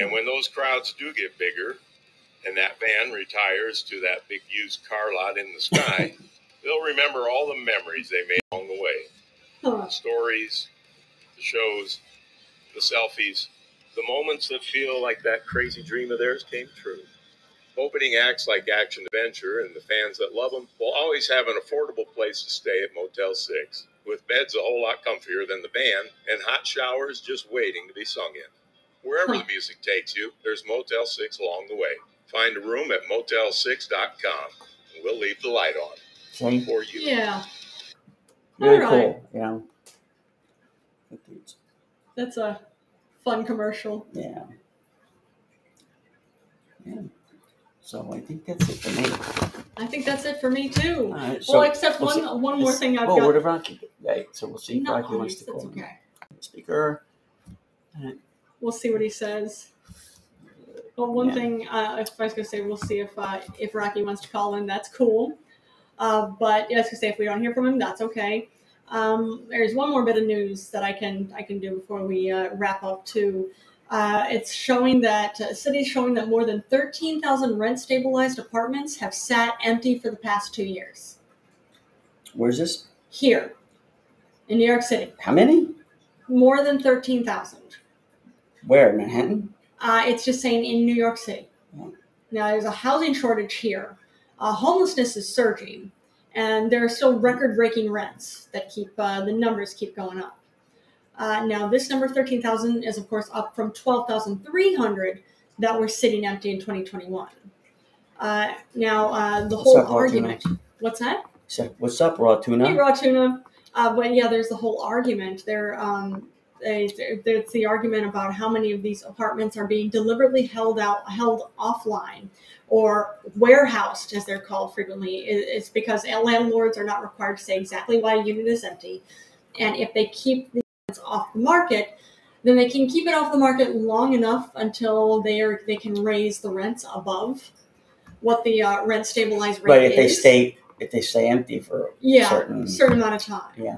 D: And when those crowds do get bigger, and that van retires to that big used car lot in the sky, they'll remember all the memories they made along the way
B: Huh.
D: the stories, the shows, the selfies, the moments that feel like that crazy dream of theirs came true. Opening acts like Action Adventure and the fans that love them will always have an affordable place to stay at Motel 6, with beds a whole lot comfier than the van and hot showers just waiting to be sung in. Wherever the music takes you, there's Motel 6 along the way. Find a room at motel6.com and we'll leave the light on
A: See?
D: for you.
B: Yeah,
A: Really
B: All right.
A: cool. You know. Good dudes.
B: that's a fun commercial.
A: Yeah. Yeah. So I think that's it for me.
B: I think that's it for me too.
A: All right, Uh, so
B: well, except
A: let's
B: one
A: see.
B: one more thing I've
A: oh,
B: got.
A: what did Rocky? Right. So we'll see if
B: No,
A: Rocky wants to
B: that's
A: go in.
B: okay.
A: Speaker.
B: We'll see what he says. But one
A: Yeah.
B: thing, uh, if I was gonna say, we'll see if uh, if Rocky wants to call in. That's cool. Uh, but yeah, I was gonna say if we don't hear from him, that's okay. Um, there's one more bit of news that I can I can do before we uh, wrap up too. Uh, it's showing that uh, cities showing that more than 13,000 rent stabilized apartments have sat empty for the past two years
A: Where's this?
B: here in New York City.
A: How many?
B: More than 13,000.
A: Where? Manhattan?
B: Uh, it's just saying in New York City.
A: Yeah.
B: Now, there's a housing shortage here. Uh, homelessness is surging, and there are still record breaking rents that keep uh, the numbers keep going up. Uh, now, this number 13,000 is, of course, up from 12,300 that were sitting empty in 2021. Uh, now, uh, the
A: What's
B: whole
A: up, Raw Tuna?
B: argument. What's that?
A: So, what's up, Raw Tuna?
B: Hey, raw tuna. Uh, but yeah, there's the whole argument. There, um, they- there- there's the argument about how many of these apartments are being deliberately held out, held offline, or warehoused, as they're called frequently. It- It's because landlords are not required to say exactly why a unit is empty, and if they keep the units off the market, then they can keep it off the market long enough until they are they can raise the rents above what the uh, rent stabilized rate
A: But if
B: is.
A: they stay, if they stay empty for
B: yeah
A: certain,
B: certain amount of time.
A: Um, Yeah.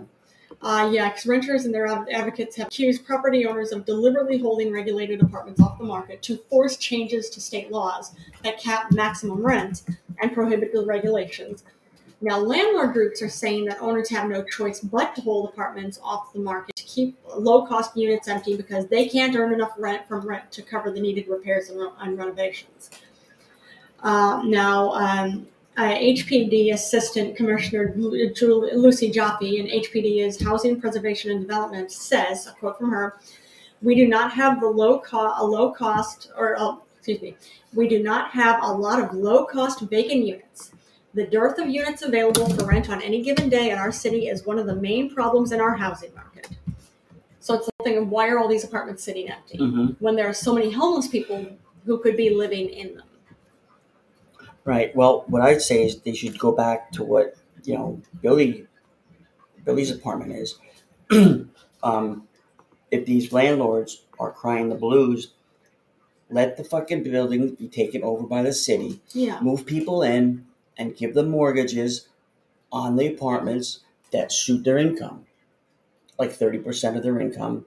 B: Uh, yeah, because renters and their ad- advocates have accused property owners of deliberately holding regulated apartments off the market to force changes to state laws that cap maximum rents and prohibit the regulations. Now, landlord groups are saying that owners have no choice but to hold apartments off the market to keep low cost units empty because they can't earn enough rent from rent to cover the needed repairs and, re- and renovations. Uh, now, um, uh, HPD Assistant Commissioner Lu- Ju- Lucy Jaffe, and HPD is Housing Preservation and Development, says, a quote from her, "We do not have the low cost, a low cost, or uh, excuse me, we do not have a lot of low cost vacant units. The dearth of units available for rent on any given day in our city is one of the main problems in our housing market." So it's the thing of why are all these apartments sitting empty
A: Mhm.
B: when there are so many homeless people who could be living in them?
A: right? Well, what I'd say is they should go back to what you know Billy, Billy's apartment is. um, if these landlords are crying the blues, let the fucking building be taken over by the city.
B: Yeah.
A: move people in and give them mortgages on the apartments that suit their income, like 30% of their income.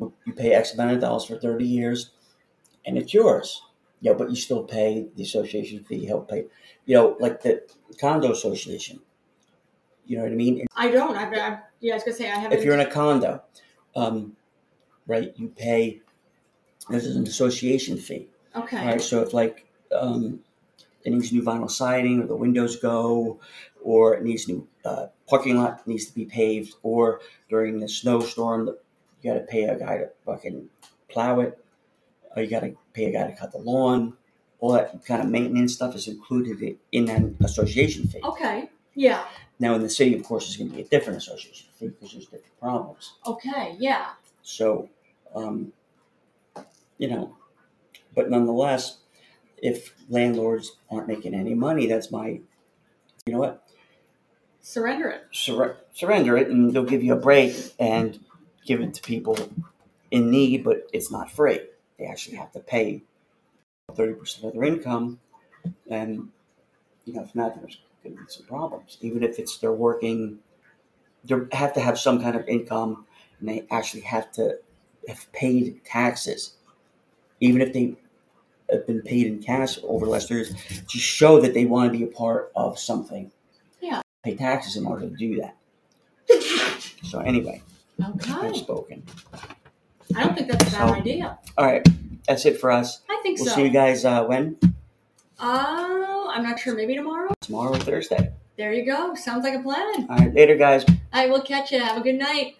A: You pay X amount of dollars for 30 years and it's yours. Yeah, but you still pay the association fee, help pay, you know, like the condo association. You know what I mean?
B: I don't. I, I yeah, I was gonna say I haven't.
A: If you're in a condo, um, right, you pay, this is an association fee.
B: okay.
A: All right, so if like um, it needs new vinyl siding, or the windows go, or it needs new uh, parking lot needs to be paved, or during the snowstorm, you got to pay a guy to fucking plow it, or you got to pay a guy to cut the lawn. All that kind of maintenance stuff is included i- in that association fee.
B: Okay. Yeah.
A: Now, in the city, of course, it's going to be a different association fee because there's different problems.
B: Okay. Yeah.
A: So, um, you know, but nonetheless, if landlords aren't making any money, that's my, you know what,
B: Surrender it.
A: Surre- surrender it and they'll give you a break and give it to people in need, but it's not free. They actually have to pay 30% of their income. And, you know, if not, there's going to be some problems. Even if it's they're working, they have to have some kind of income and they actually have to have paid taxes. Even if they have been paid in cash over the last three years, to show that they want to be a part of something.
B: Yeah.
A: Pay taxes in order to do that. So, anyway, I've
B: Okay.
A: spoken.
B: I don't think that's a bad
A: So-
B: idea.
A: All right. That's it for us.
B: I think
A: We'll
B: so.
A: see you guys uh, when?
B: Oh, I'm not sure. Maybe tomorrow.
A: Tomorrow or Thursday.
B: There you go. Sounds like a plan.
A: All right. Later, guys.
B: I will catch you. Have a good night.